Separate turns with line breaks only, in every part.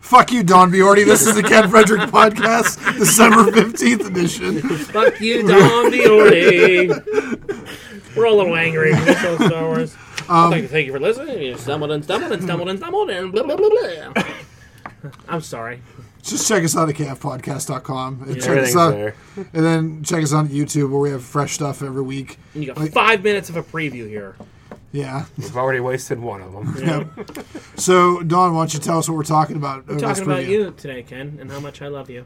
Fuck you, Don Viorti. This is the Ken Frederick Podcast, December 15th edition.
Fuck you, Don Diori. We're all a little angry. We saw
Um,
Star Wars. I'd like to thank you for listening. You stumbled and stumbled and stumbled and stumbled and blah blah blah blah. I'm sorry.
Just check us out at kfpodcast.com. And check us
Everything's
out.
there.
And then check us out on YouTube where we have fresh stuff every week.
You got
Like-
five minutes of a preview here.
Yeah.
We've already wasted one of them.
So, Don, why don't you tell us what we're talking about? uh, We're
Talking about you today, Ken, and how much I love you.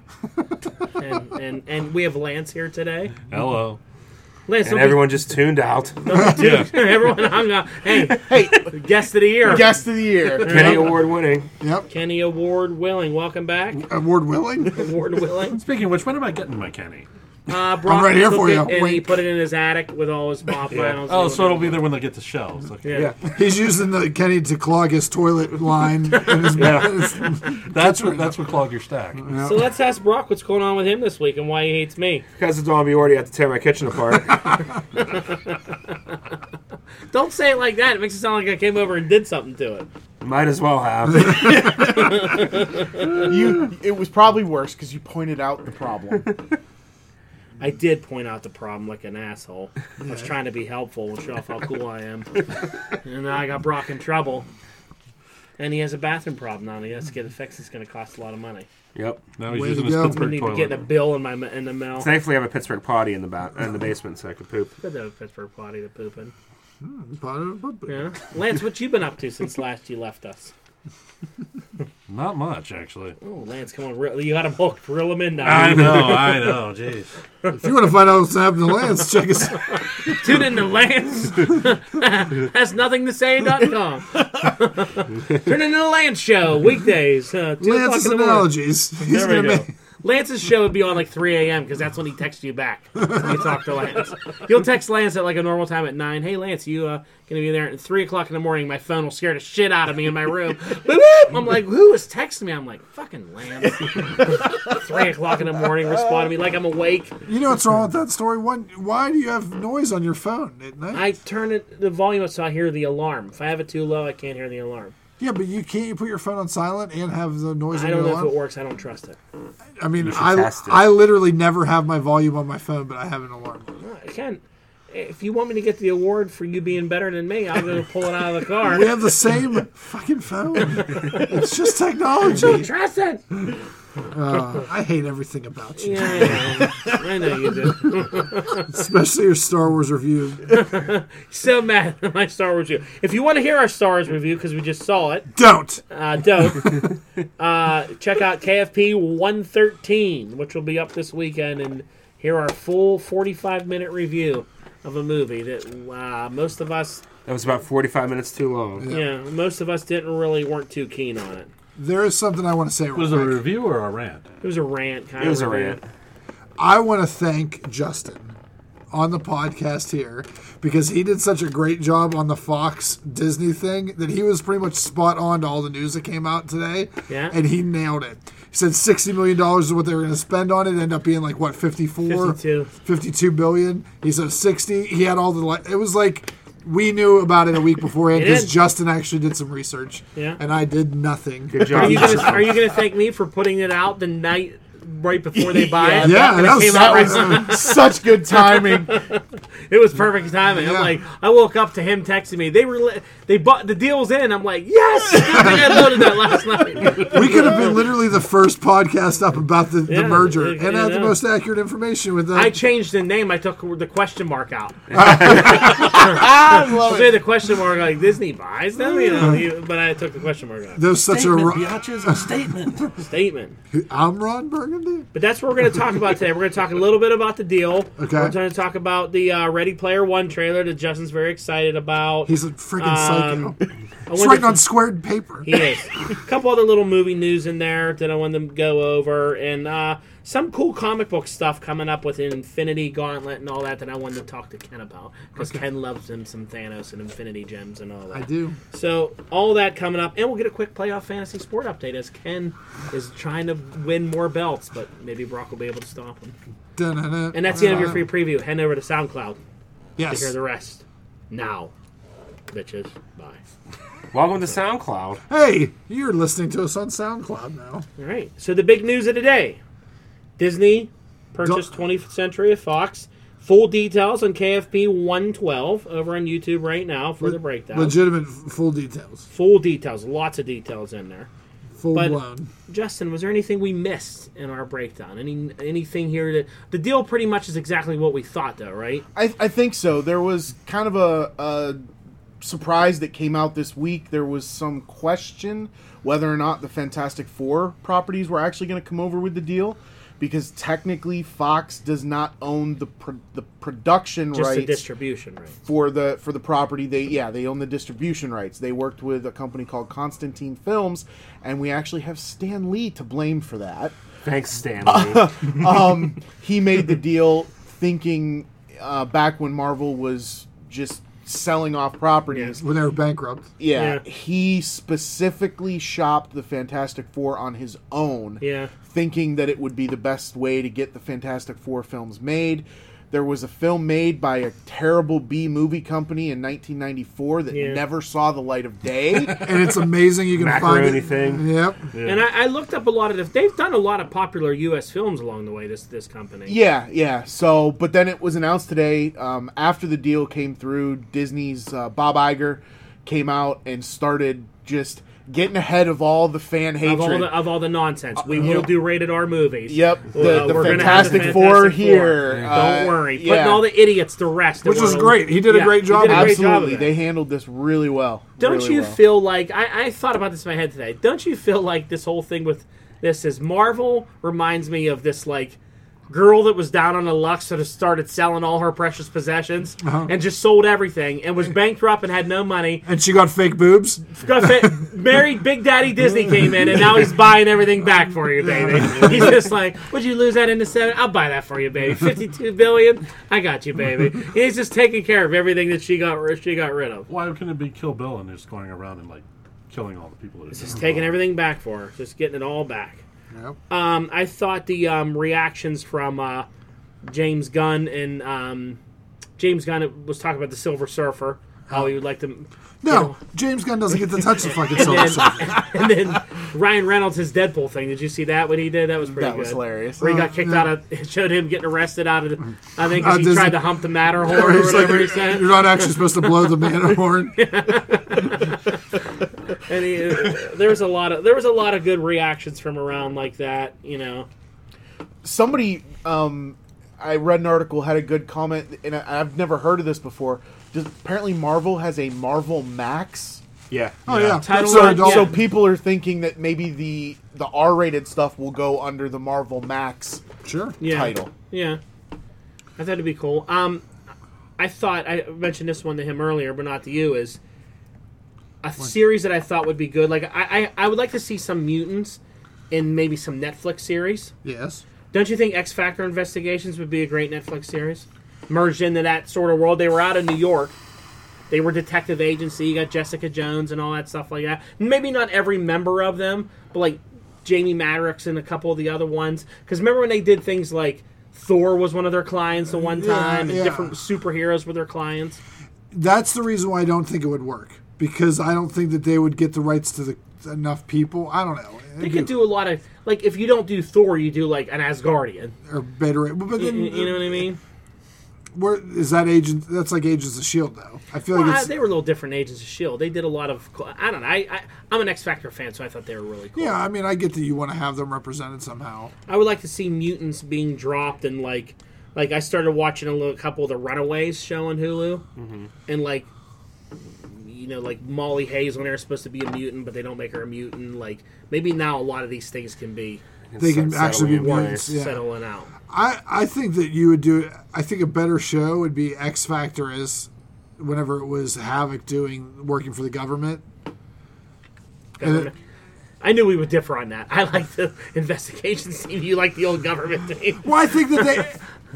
and, and and we have Lance here today.
Hello.
Lance,
And
don't
everyone just tuned out.
Yeah.
be, everyone hung up. Hey,
Hey,
guest of the year,
guest of the year.
Penny Award winning.
Yep.
Kenny Award Willing. Welcome back,
Award willing.
Award Willing.
Speaking of which, when am I getting my Kenny?
Uh, Brock
right here
took
for
it
you.
And he
Wink.
put it in his attic with all his pop vinyls.
Oh, so it'll be there when they get the shells. Okay.
Yeah.
Yeah.
He's using the Kenny to clog his toilet line. And his,
That's what that's what clog your stack.
So let's ask Brock what's going on with him this week and why he hates me.
Because of Don Biordi, I have to tear my kitchen apart.
Don't say it like that. It makes it sound like I came over and did something to it.
Might as well have.
You, it was probably worse because you pointed out the problem.
I did point out the problem like an asshole. I was trying to be helpful and show off how cool I am. and now I got Brock in trouble. And he has a bathroom problem now, and he has to get it fixed. It's going to cost a lot of money.
Yep.
Now he's
Way
using
to
his
go.
I
Pittsburgh
need to
toilet.
get a bill in my ma- in the mail.
Thankfully, I have a Pittsburgh potty in the ba- in the basement, so I could poop.
Good to have Pittsburgh potty to poop in.
yeah.
Yeah, Lance, what you been up to since last you left us?
Not much actually.
Oh, Lance, come on, reel, you got him hooked. Reel him in now.
I know, I know. Jeez.
If you want to find out what's happening to Lance, check us out.
Tune in to Lance. Has nothing to say.com. Turn into the Lance Show weekdays. Uh, two o'clock
Lance's
in the morning.
analogies. He's
There
gonna
we go.
make,
Lance's show would be on like 3 a.m. because that's when he texts you back. When you talk to Lance. You'll text Lance at like a normal time at 9. Hey, Lance, you uh, going to be there at 3 o'clock in the morning? My phone will scare the shit out of me in my room. Boop, boop. I'm like, who is texting me? I'm like, fucking Lance. 3 o'clock in the morning, respond to me like I'm awake.
You know what's wrong with that story? Why, why do you have noise on your phone at night?
I turn it, the volume up so I hear the alarm. If I have it too low, I can't hear the alarm.
yeah, but you can't you put your phone on silent and have the noise
I
on
don't
your
know if it
alarm?
works. I don't trust it.
I mean,
should
I,
test it.
I literally never have my volume on my phone, but I have an alarm. on.
Ken, if you want me to get the award for you being better than me, I'm going to pull it out of the car.
We have the same fucking phone. It's just technology.
Trust it.
I hate everything about you,
Yeah, I know. I know you do.
especially your Star Wars review.
So mad at my Star Wars review. If you want to hear our Star Wars review because we just saw it,
Don't.
uh, dope. uh, check out KFP 113, which will be up this weekend, and hear our full 45 minute review of a movie that uh, most of us,
That was about 45 minutes too long.
yeah, most of us didn't really weren't too keen on it.
There is something I want to say.
It was
Real
a
quick.
review or a rant?
It was a rant kind
It
of.
was a
review.
rant.
I want to thank Justin on the podcast here because he did such a great job on the Fox Disney thing that he was pretty much spot on to all the news that came out today.
Yeah.
And he nailed it. He said $60 million is what they were going to spend on it. Ended up being like, what, 54?
52.
52 billion. He said 60. He had all the. Li- it was like. We knew about it a week beforehand
It is.
because Justin actually did some research,
Yeah.
and I did nothing.
Good job.
Are you, gonna, are you gonna thank me for putting it out the night right before they buy it?
Yeah,
And it
that was-
came
that
out right-
was-
Such good timing.
It was perfect timing.
Yeah.
I'm like, I woke up to him texting me. They were, li- they bought the deal's in. I'm like, yes, I think I loaded that last night.
We could have been literally the first podcast up about the,
Yeah,
the merger
it-
and
yeah,
had the
no.
most accurate information with
I
that.
changed the name. I took the question mark out.
I
I
love
say
it.
the question mark like Disney buys them, you know. you- But I took the question mark out.
That was such a.
Statement,
Ro-
Biatches, a statement.
Statement.
I'm Ron Burgundy.
But that's what we're going to talk about today. We're going to talk a little bit about the deal.
Okay.
We're going to talk about the uh, Ready Player One trailer that Justin's very excited about.
He's a freaking psycho.
Um, I
It's
wonder
written
if-
on squared paper.
He is. A couple other little movie news in there that I want to go over, and uh, some cool comic book stuff coming up with Infinity Gauntlet and all that that I wanted to talk to Ken about because Ken loves him some Thanos and Infinity Gems and all that.
I do.
So all that coming up, and we'll get a quick playoff fantasy sport update as Ken is trying to win more belts, but maybe Brock will be able to stop him.
Dun-dun-dun.
And that's the end of your free preview. Head over to SoundCloud to
Yes.
hear the rest now. bitches. Bye.
Welcome to SoundCloud.
Hey, you're listening to us on SoundCloud now.
All right. So the big news of the day: Disney purchased 20th Century Fox. Full details on KFP 112 over on YouTube right now for the breakdown.
Legitimate f- full details.
Full details, lots of details in there.
Full
But-
blown.
Justin, was there anything we missed in our breakdown? Any anything here that the deal pretty much is exactly what we thought, though, right?
I, I think so. There was kind of a, a surprise that came out this week. There was some question whether or not the Fantastic Four properties were actually going to come over with the deal, because technically Fox does not own the pro- the production
Just the
rights
distribution, right?
for the for the property. They yeah they own the distribution rights. They worked with a company called Constantine Films, and we actually have Stan Lee to blame for that
Thanks, Stanley.
um, he made the deal thinking uh, back when Marvel was just selling off properties.
When they were bankrupt.
Yeah.
Yeah.
he specifically shopped the Fantastic Four on his own,
Yeah.
thinking that it would be the best way to get the Fantastic Four films made. There was a film made by a terrible B movie company in 1994 that
Yeah.
never saw the light of day.
And it's amazing you can find
Macaroni
it.
thing.
Yep.
And I, I looked up a lot of the, they've done a lot of popular U.S. films along the way. This this company,
Yeah, yeah. So, but then it was announced today um, after the deal came through. Disney's uh, Bob Iger came out and started just getting ahead of all the fan hatred.
of all the of all the nonsense, we will do rated R movies.
Uh, yep, the,
Uh,
the
we're gonna have the
Fantastic Four
Fantastic
here.
Don't
uh,
worry, putting
yeah,
all the idiots to rest,
Which was great. He did a great job.
He did a great job of
absolutely,
that.
they handled this really well.
Don't
really
you
well.
feel like I, I thought about this in my head today? Don't you feel like this whole thing with this is Marvel reminds me of this like girl that was down on the luck that has started selling all her precious possessions
Uh-huh.
and just sold everything and was bankrupt and had no money.
And she got fake boobs.
Got fit- married Big Daddy Disney came in and now he's buying everything back for you, baby. He's just like, would you lose that into seven? I'll buy that for you, baby. Fifty-two billion, I got you, baby. He's just taking care of everything that she got she got rid of.
Why couldn't it be Kill Bill and just going around and like killing all the people? That
Just taking everything back for her. Just getting it all back.
Yep.
Um, I thought the um, reactions from uh, James Gunn and um, James Gunn was talking about the Silver Surfer, how he would like to.
No, James Gunn doesn't get to touch the fucking Silver
And,
Surfer.
and then Ryan Reynolds his Deadpool thing. Did you see that when he did? That was pretty
that
good.
was hilarious.
Where he got kicked out of. It showed him getting arrested out of. the I think 'cause
Mm-hmm. Uh,
he
does
tried
it-
to hump the Matterhorn
Where
or
he's like,
whatever he
you're
said.
not actually supposed to blow the man horn.
and he, there was a lot of there was a lot of good reactions from around like that. You know.
somebody um, I read an article had a good comment, and I, I've never heard of this before. Just, apparently, Marvel has a Marvel Max.
Yeah.
Oh yeah,
Title
That's their
line,
adult-
So
Yeah.
people are thinking that maybe the the R-rated stuff will go under the Marvel Max
Sure.
Yeah.
title.
Yeah, I thought it'd be cool. Um, I thought I mentioned this one to him earlier, but not to you. Is a series that I thought would be good. Like I, I, I would like to see some mutants in maybe some Netflix series.
Yes.
Don't you think X Factor Investigations would be a great Netflix series? Merged into that sort of world. They were out of New York. They were detective agency. You got Jessica Jones and all that stuff like that. Maybe not every member of them, but like Jamie Madrox and a couple of the other ones. Because remember when they did things like Thor was one of their clients the one
Yeah,
time, and
yeah.
different superheroes were their clients.
That's the reason why I don't think it would work because I don't think that they would get the rights to the enough people. I don't know.
They could do a lot of like if you don't do Thor, you do like an Asgardian.
or better. But
You,
then
you know what I mean?
where is that agent? That's like Agents of Shield though. I feel like
Well, I-
it's
they were little different agents of Shield. E They did a lot of. cool- I don't know. I, I I'm an X Factor fan, so I thought they were really cool.
yeah. I mean, I get that you want to have them represented somehow.
I would like to see mutants being dropped and like like I started watching a little, couple of the Runaways show on Hulu,
Mm-hmm.
and like you know like Molly Hayes when they're supposed to be a mutant, but they don't make her a mutant. Like maybe now a lot of these things can be
They can
Settle
actually be
in place.
mutants, yeah.
settling out.
I I think that you would do. I think a better show would be X Factor as whenever it was Havoc doing working for the government.
Government- I knew we would differ on that. I like the investigation scene. You like the old government thing.
Well, I think that they.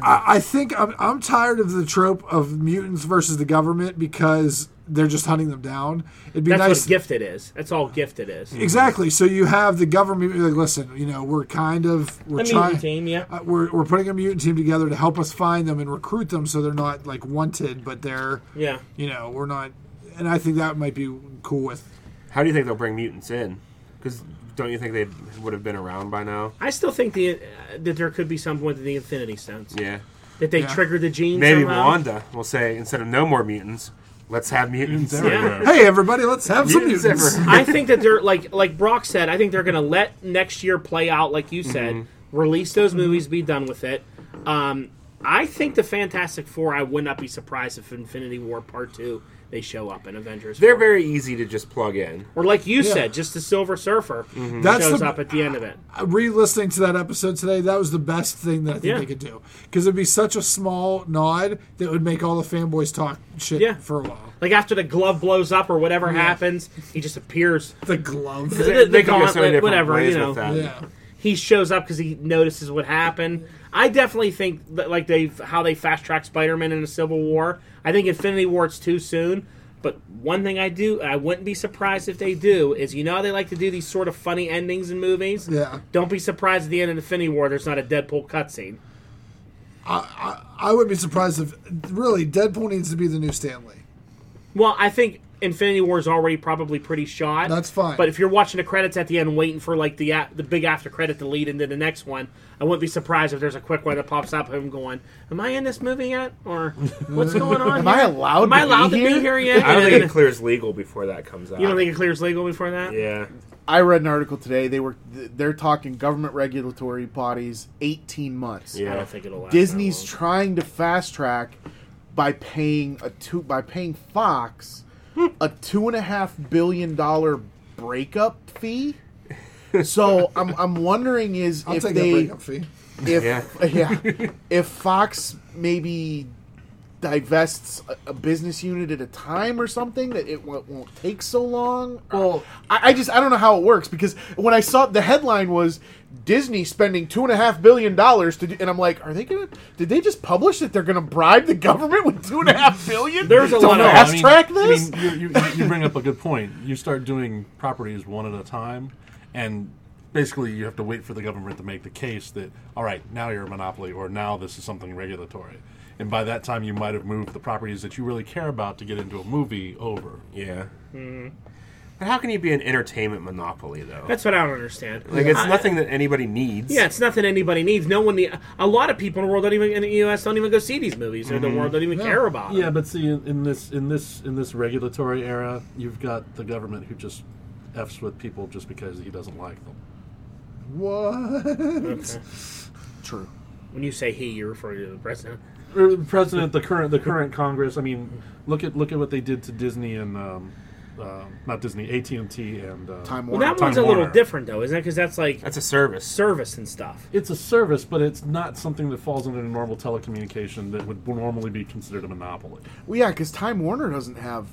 I, I think I'm, I'm tired of the trope of mutants versus the government because they're just hunting them down. It'd be
That's
nice.
what gifted is. That's all gifted is.
exactly. So you have the government be like, listen, you know, we're kind of we're
I mean,
trying.
team, yeah.
Uh, we're, we're putting a mutant team together to help us find them and recruit them so they're not like wanted but they're
Yeah.
you know we're not and I think that might be cool with.
How do you think they'll bring mutants in? Because don't you think they would have been around by now?
I still think the, uh, that there could be some point in the Infinity Stones
Yeah.
that they
Yeah.
triggered the gene.
Maybe
somehow.
Wanda will say instead of no more mutants, let's have mutants.
Mutants everywhere.
Hey everybody, let's have some
Mutants
mutants.
everywhere.
I think that they're like like Brock said. I think they're going to let next year play out, like you said.
Mm-hmm.
Release those movies, be done with it. Um, I think the Fantastic Four. I would not be surprised if Infinity War Part Two they show up in Avengers.
They're
four.
very easy to just plug in.
or like you said, just the Silver Surfer
Mm-hmm.
That's
shows
the
up at the end of it.
re-listening to that episode today, that was the best thing that I think
Yeah.
they could do because it'd be such a small nod that would make all the fanboys talk shit
Yeah.
for a while.
Like after the glove blows up or whatever happens, he just appears.
The glove,
The,
They-
the
they could go so
gauntlet,
many different
whatever
ways
you know.
with that.
yeah,
he shows up because he notices what happened. I definitely think that like they how they fast track Spider Man in the Civil War. I think Infinity War it's too soon. But one thing I do, I wouldn't be surprised if they do, is you know how they like to do these sort of funny endings in movies.
yeah.
Don't be surprised at the end of Infinity War. There's not a Deadpool cutscene.
I would be surprised if really Deadpool needs to be the new Stanley.
Well, I think Infinity War is already probably pretty shot.
That's fine.
But if you're watching the credits at the end, waiting for like the a- the big after credit to lead into the next one, I wouldn't be surprised if there's a quick one that pops up. Him going, "Am I in this movie yet? Or what's going on?
Am
here?
I allowed?
Am I allowed
be
to be here yet?"
I don't
And
think
then-
it clears legal before that comes out.
you don't think it clears legal before that?
Yeah.
I read an article today. They were th- they're talking government regulatory bodies, eighteen months.
Yeah.
I don't think it'll. Last that
Disney's
long.
trying to fast track by paying a two by paying Fox a two and a half billion dollar breakup fee. So I'm I'm wondering is
I'll
if
take
they
that breakup fee.
if
Yeah.
yeah. if Fox maybe divests a, a business unit at a time or something that it won't, won't take so long. Well, I, I just I don't know how it works because when I saw the headline was Disney spending two and a half billion dollars to, do, and I'm like, are they gonna? Did they just publish that they're gonna bribe the government with two and a half billion?
There's a
to
lot of-
Oh, fast
I mean-
track
I
this.
mean, you, you, you bring up a good point. You start doing properties one at a time, and basically you have to wait for the government to make the case that, all right, now you're a monopoly, or now this is something regulatory. And by that time, you might have moved the properties that you really care about to get into a movie over.
Yeah. But how can you be an entertainment monopoly though?
Hmm. That's what I don't understand.
like it's
I-
nothing that anybody needs.
Yeah, it's nothing anybody needs. No one, the a lot of people in the world don't even in the U.S. don't even go see these movies, or the world don't even care about. them.
Yeah, but see, in, in this in this in this regulatory era, you've got the government who just f's with people just because he doesn't like them.
What?
True.
When you say he, you're referring to the president.
Or the president, the current the current Congress. I mean, look at look at what they did to Disney and um, uh, not Disney, AT and T and uh,
Time
Well,
Warner.
that one's a
Time
little
Warner.
different, though, isn't it? Because that's like
That's a service.
service and stuff.
It's a service, but it's not something that falls under normal telecommunication that would normally be considered a monopoly.
well, yeah, because Time Warner doesn't have.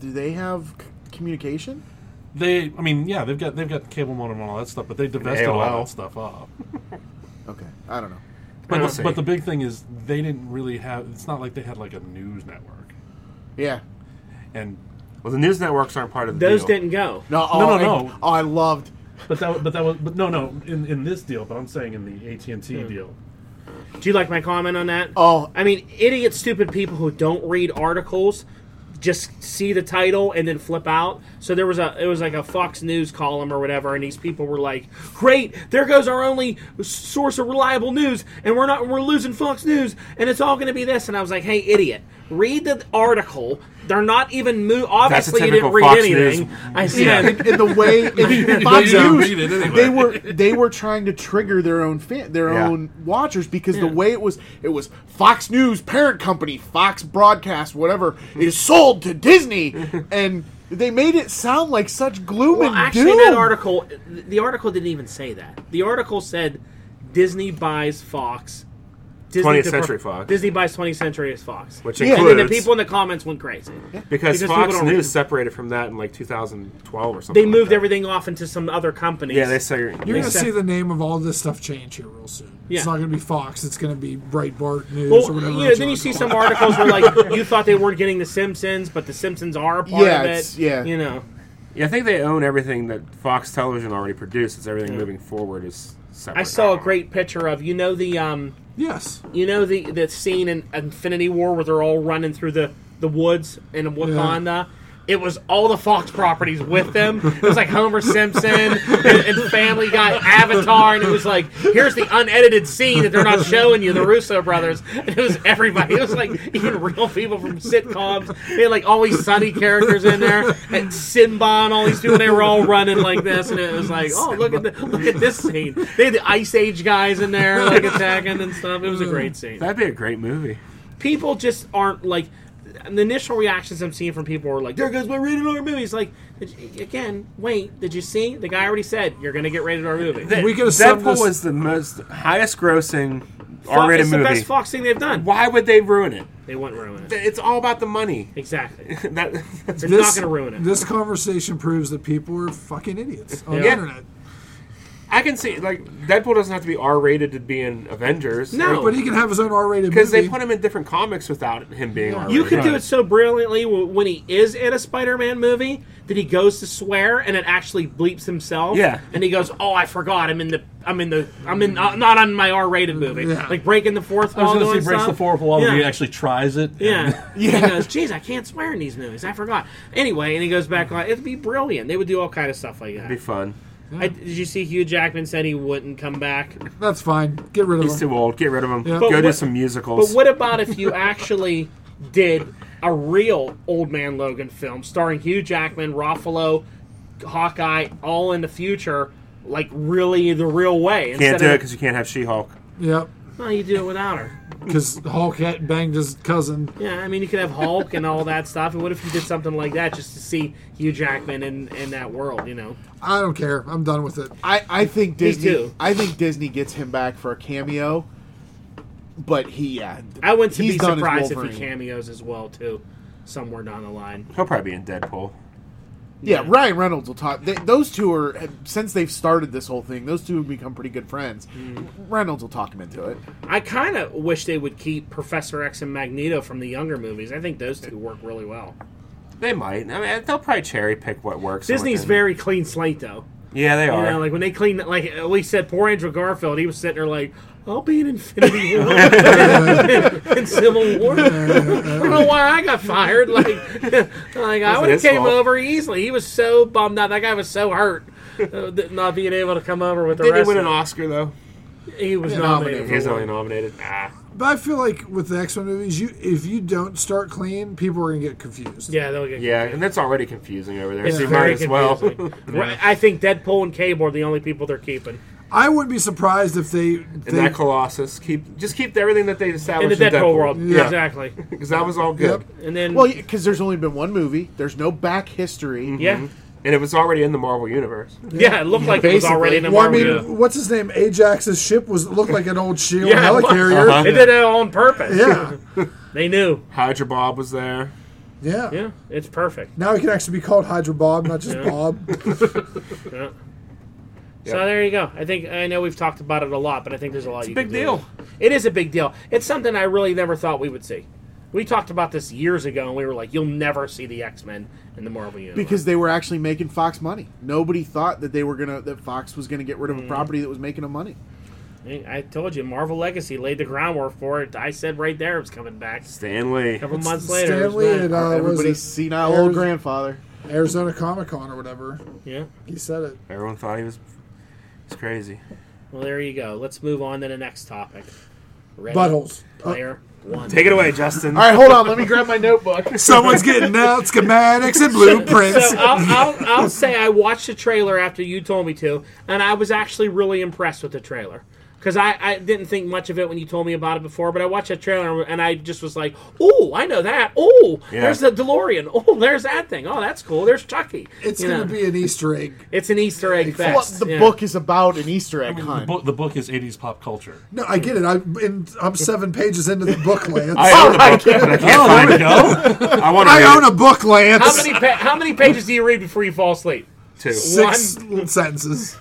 Do they have c- communication?
They, I mean, yeah, they've got they've got cable modem and all that stuff, but they divested all
AOL.
that stuff off.
Okay, I don't know.
But,
But, but the big thing is they didn't really have. It's not like they had like a news network,
Yeah,
and
well, the news networks aren't part of the
Those
deal.
didn't go.
No, oh,
no,
I-
no.
oh, I loved.
but that wa- but that was but no no in, in this deal, but I'm saying in the AT and T deal.
Do you like my comment on that?
Oh.
I mean, idiot, stupid people who don't read articles just see the title and then flip out. So there was a it was like a Fox News column or whatever, and these people were like, "Great, there goes our only source of reliable news, and we're not we're losing Fox News, and it's all going to be this." And I was like, "Hey, idiot, read the article. They're not even mo- obviously you
typical
didn't read
Fox
anything."
News.
I see.
In, in the way in
You
Fox
don't
News,
read it anyway.
they were they were trying to trigger their own fan, their
Yeah.
own watchers because the way it was it was Fox News parent company, Fox Broadcast, whatever is sold to Disney, and they made it sound like such gloom
Well,
and
actually,
doom.
that article, the article didn't even say that. The article said Disney buys Fox. Disney
20th
to-
Century Fox.
Disney buys 20th Century as Fox.
Which
Yeah.
and then the
includes
people in the comments went crazy.
because,
because people
Fox
don't-
News separated from that in like 2012 or something.
They
like
moved
that.
everything off into some other companies.
Yeah, they say
You're
they
gonna
Except-
see the name of all this stuff change here real soon.
Yeah.
It's not gonna be Fox. It's gonna be Breitbart News or
Well,
whatever.
you know,
else
then you
wanna
see
call
some
it.
articles where like you thought they were getting the Simpsons, but the Simpsons are a part
Yeah,
of it.
it's- yeah.
you know.
Yeah, I think they own everything that Fox Television already produced. It's everything moving forward is separate.
I saw a
now.
great picture of you know the um
Yes.
you know the the scene in Infinity War where they're all running through the the woods in Wakanda. It was all the Fox properties with them. It was like Homer Simpson and, and Family Guy, Avatar, and it was like, here's the unedited scene that they're not showing you, the Russo brothers. And it was everybody. It was like even real people from sitcoms. They had like always sunny characters in there, and Simba and all these people. They were all running like this, and it was like, oh look at the, look at this scene. They had the Ice Age guys in there like attacking and stuff. It was a great scene
That'd be a great movie.
people just aren't like the initial reactions I'm seeing from people are like, "There goes my rated R movie." It's like, did you- again, wait, did you see? The guy already said you're gonna get rated R movie. Fuck,
We could have summed
Deadpool
this.
was the most highest grossing R-rated
it's the
movie.
best Fox thing they've done.
Why would they ruin it?
They wouldn't ruin it.
It's all about the money.
Exactly.
That, that's
They're
this,
not gonna ruin it.
This conversation proves that people are fucking idiots on the
Yeah.
internet.
I can see like Deadpool doesn't have to be R-rated to be in Avengers.
No.
But he can have his own R-rated movie.
because they put him in different comics without him being R-rated.
You could do
Right.
it so brilliantly w- when he is in a Spider-Man movie that he goes to swear and it actually bleeps himself.
Yeah.
and he goes, "Oh, I forgot. I'm in the. I'm in the. I'm in. Uh, not on my R-rated movie.
Yeah.
Like breaking the fourth
I
wall.
was going to
doing
say breaks the
stuff.
fourth wall when
Yeah.
he actually tries it.
Yeah. He goes, geez, I can't swear in these movies. I forgot. Anyway, and he goes back on. It'd be brilliant. They would do all kind of stuff like
It'd
that.
be fun.
I, did you see Hugh Jackman said he wouldn't come back?
That's fine. Get rid of
He's
him.
too old. Get rid of him.
Yeah.
Go
But
do
what-
some
But
musicals.
what about if you actually did a real Old Man Logan film starring Hugh Jackman, Ruffalo, Hawkeye, all in the future, like really the real way?
can't do it
of,
because you can't have She-Hulk.
Yep.
No, you do it without her.
Because Hulk had banged his cousin.
Yeah, I mean, you could have Hulk and all that stuff. And what if you did something like that just to see Hugh Jackman in, in that world, you know?
I don't care. I'm done with it.
I, I think Disney.
too.
I think Disney gets him back for a cameo, but he yeah.
I wouldn't
he's
be
done as
surprised if he
Wolverine.
cameos as well too, somewhere down the line.
He'll probably be in Deadpool.
Yeah, Ryan Reynolds will talk. They, those two are have- since they've started this whole thing. Those two have become pretty good friends. Reynolds will talk him into it.
I kind of wish they would keep Professor X and Magneto from the younger movies. I think those two work really well.
They might. I mean, they'll probably cherry pick what works. and what
Disney's
doesn't.
very clean slate though.
Yeah, they
You
are.
know, like when they clean, like we said, poor Andrew Garfield, he was sitting there like, "I'll be in Infinity War and Civil War." I don't know why I got fired. Like, like I
Wasn't
would have
his
came
fault.
over easily. He was so bummed out. That guy was so hurt. uh, that not being able to come over with the
Did he
rest.
win
of
an Oscar though?
it. He was
Nominated.
nominated. for
He's
one.
only nominated. Ah.
But I feel like with the X Men movies, you if you don't start clean, people are gonna get confused.
Yeah, they'll get
Yeah, and that's already confusing over there.
It's
so you might
very
as well.
confusing. Right, I think Deadpool and Cable are the only people they're keeping.
I wouldn't be surprised if they,
and
they
that Colossus, keep just keep everything that they
In the
established
Deadpool, world.
Yeah.
Exactly.
because that was all good,
And then,
Well, because there's only been one movie. There's no back history.
yeah.
and it was already in the Marvel universe.
Yeah, it looked like it was
basically.
already in a
Well, I
Marvel.
mean,
movie.
what's his name? Ajax's ship was looked like an old shield
Yeah, it was.
helicarrier.
Uh-huh.
They did it on purpose.
Yeah,
They knew.
Hydra Bob was there.
yeah.
Yeah, it's perfect.
Now he can actually be called Hydra Bob, not just
Yeah.
Bob.
Yeah. So
Yeah.
there you go. I think I know we've talked about it a lot, but I think there's a lot. It's you
big
can do.
deal.
It is a big deal. It's something I really never thought we would see. We talked about this years ago, and we were like, "You'll never see the X Men in the Marvel universe."
because they were actually making Fox money. Nobody thought that they were gonna that Fox was gonna get rid of a property that was making them money.
Hey, I told you, Marvel Legacy laid the groundwork for it. I said right there it was coming back. A
Stanley.
couple
It's
months later, it was
Stanley
back.
and uh, what was
Everybody's
it?
senile
Arizona-
old grandfather.
Arizona Comic Con or whatever.
yeah.
He said it.
Everyone thought he was. It's crazy.
Well, there you go. Let's move on to the next topic. Ready?
Buttholes. Uh,
Player one.
Take it away, Justin.
All right, hold on. Let me grab my notebook.
Someone's getting out schematics and blueprints.
So I'll, I'll, I'll say I watched the trailer after you told me to, and I was actually really impressed with the trailer. Because I, I didn't think much of it when you told me about it before, but I watched that trailer and I just was like, oh, I know that. Oh,
Yeah.
there's the DeLorean. Oh, there's that thing. Oh, that's cool. There's Chucky.
It's
You
gonna
know,
be an Easter egg.
It's an Easter egg
Well,
fest.
the
yeah.
book is about an Easter egg
The
hunt.
book, the book is 80s pop culture.
No, I get it. I'm in, I'm seven pages into the book, Lance.
I own the book, but I can't
Oh,
find
there we
it.
go.
I want to
I
read
own a book, Lance.
How many pa- how many pages do you read before you fall asleep?
it too.
Six sentences.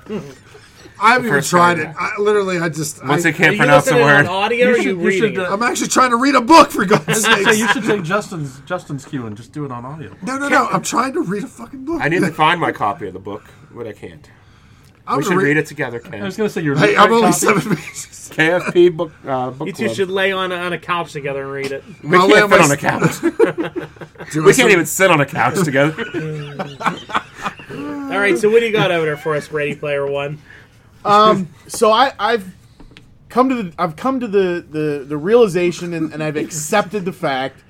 I haven't even
first
tried it.
paragraph.
I, literally, I just.
Once
I,
I can't
Are you
pronounce a
listening on
word.
audio
You
or
should-
you
you should,
reading it?
uh,
I'm actually trying to read a book for God's
so you
sake.
should take Justin's Justin's cue and just do it on audio.
No, no, no. I'm trying to read a fucking book.
I need to find my copy of the book, but I can't.
I'm
We
gonna
should read it together,
I
Ken.
was gonna say you're.
Hey, I'm only seven pages.
KFP book uh, book
You two
club.
should lay on a, on a couch together and read it.
we
I'll
can't
lay on
fit
my
on a
s-
couch.
Do
we
us
can't
a-
even sit on a couch together.
All right, so what do you got over there for us, Ready Player One?
so I, I've come to the I've come to the the, the realization and, and I've accepted the fact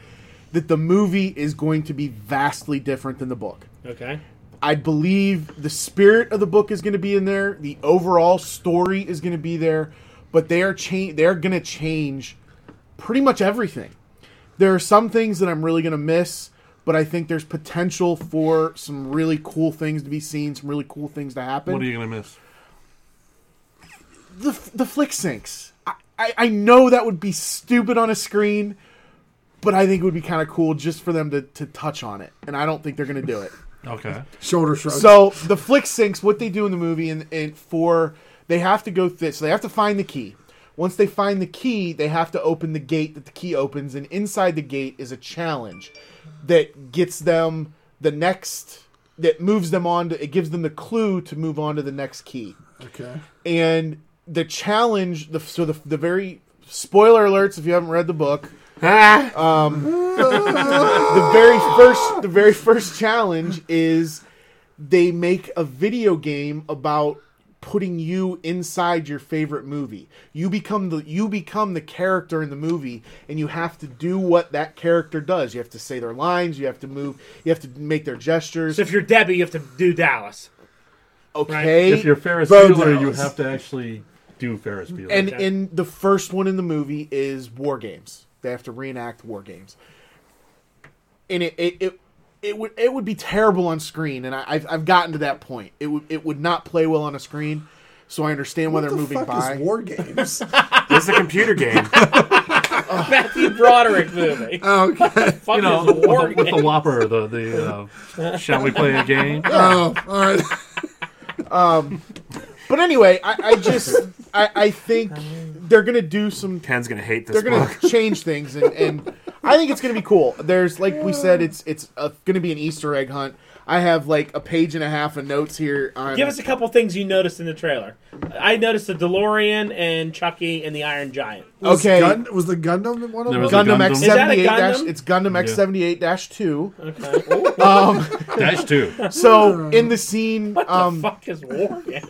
that the movie is going to be vastly different than the book.
Okay.
I believe the spirit of the book is going to be in there. The overall story is going to be there, but they are change. They're going to change pretty much everything. There are some things that I'm really going to miss, but I think there's potential for some really cool things to be seen, some really cool things to happen
What are you gonna miss?
the the flick sinks. I, I, I know that would be stupid on a screen, but I think it would be kind of cool just for them to, to touch on it, and I don't think they're gonna do it.
Okay.
shoulder shrug.
So the flick sinks, what they do in the movie, and, and for they have to go through. So they have to find the key. Once they find the key, they have to open the gate that the key opens, and inside the gate is a challenge that gets them the next. That moves them on. To, it gives them the clue to move on to the next key
okay.
and the challenge the so the, the very spoiler alerts if you haven't read the book
Ah,
the very first the very first challenge is they make a video game about putting you inside your favorite movie you become the you become the character in the movie and you have to do what that character does you have to say their lines you have to move you have to make their gestures
So if you're Debbie, you have to do Dallas.
okay
If you're Ferris
Bo
Bueller, you
Dallas.
have to actually do Ferris Bueller.
And in the first one in the movie is War Games. They have to reenact War Games, and it it, it it would it would be terrible on screen. And I, I've I've gotten to that point. It would it would not play well on a screen. So I understand why
What
they're
the
moving
fuck
by.
is war games?
it's a computer game.
Matthew Broderick movie.
okay.
Fuck
you know,
is
with
war
the, with the
game?
Whopper, the the uh, shall we play a game?
Oh, all right.
But anyway, I, I just I, I think they're gonna do some
Ken's gonna hate this
they're gonna
book.
change things and, and i think it's gonna be cool there's like we said it's it's uh gonna be an easter egg hunt i have like a page and a half of notes here on
Give us a couple things you noticed in the trailer. I noticed the DeLorean and Chucky and the Iron Giant.
Was
Okay.
Gun, was the Gundam one of
There
them?
was a
Gundam
Gundam?
X
Is
that a
seventy eight dash.
Gundam? Uh-huh.
It's Gundam X
Yeah.
seventy eight dash two.
Okay. Ooh, what
Um,
Dash two.
so in the scene,
the
um,
fuck is war game?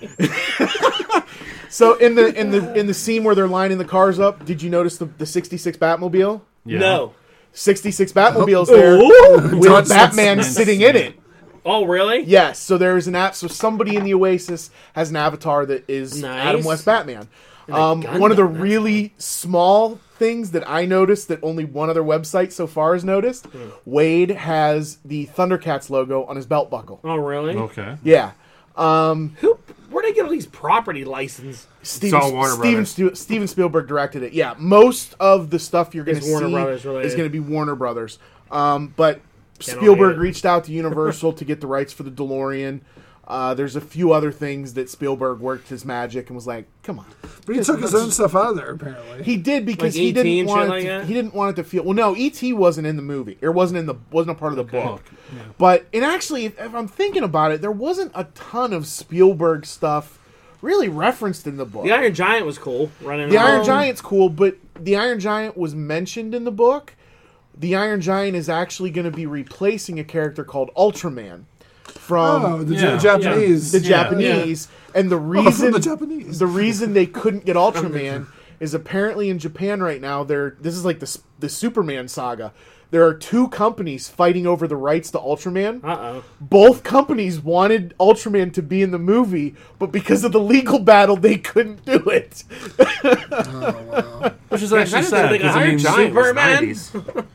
so in the in the in the scene where they're lining the cars up, did you notice the, the sixty six Batmobile?
Yeah.
No.
Sixty six Batmobiles there with
Dodge
Batman
that's-
sitting in it.
Oh, really?
Yes, so there is an app. So somebody in the Oasis has an avatar that is
Nice.
Adam West Batman. Um, one of the
Gundam, that's
really small things that I noticed that only one other website so far has noticed.
Hmm.
Wade has the Thundercats logo on his belt buckle.
Oh, really?
Okay.
Yeah.
Who? Where'd they get all these property licenses?
Steven,
all Warner
Steven,
Brothers.
Stu- Steven Spielberg directed it. Yeah, most of the stuff you're going to
Is Warner
see
Brothers related.
is going to be Warner Brothers. Um, but
all
Spielberg
hate it.
reached out to Universal to get the rights for the DeLorean. Uh, there's a few other things that Spielberg worked his magic and was like, "Come on."
But he took his own stuff out of there, apparently.
He did because
Like
he
ET
didn't
and
want
shit
it
like
to,
that?
he didn't want it to feel. Well, no, ET wasn't in the movie. It wasn't in the wasn't a part of the book.
Fuck.
But and actually, if, if I'm thinking about it, there wasn't a ton of Spielberg stuff really referenced in the book.
The Iron Giant was cool. Running.
The
around.
Um,
Iron Giant's cool, but the Iron Giant was mentioned in the book. The Iron Giant is actually going to be replacing a character called Ultraman from
oh, the
Um, Yeah.
Ja- Japanese.
the
Yeah.
Japanese, and the
Oh, from
reason
the Japanese.
the reason they couldn't get Ultraman is apparently in Japan right now. They're this is like the s- the Superman saga. There are two companies fighting over the rights to Ultraman.
Uh oh.
Both companies wanted Ultraman to be in the movie, but because of the legal battle, they couldn't do it.
Which is
I
actually
didn't
sad
think they
because I
hired
mean,
Giant was Superman?
90s.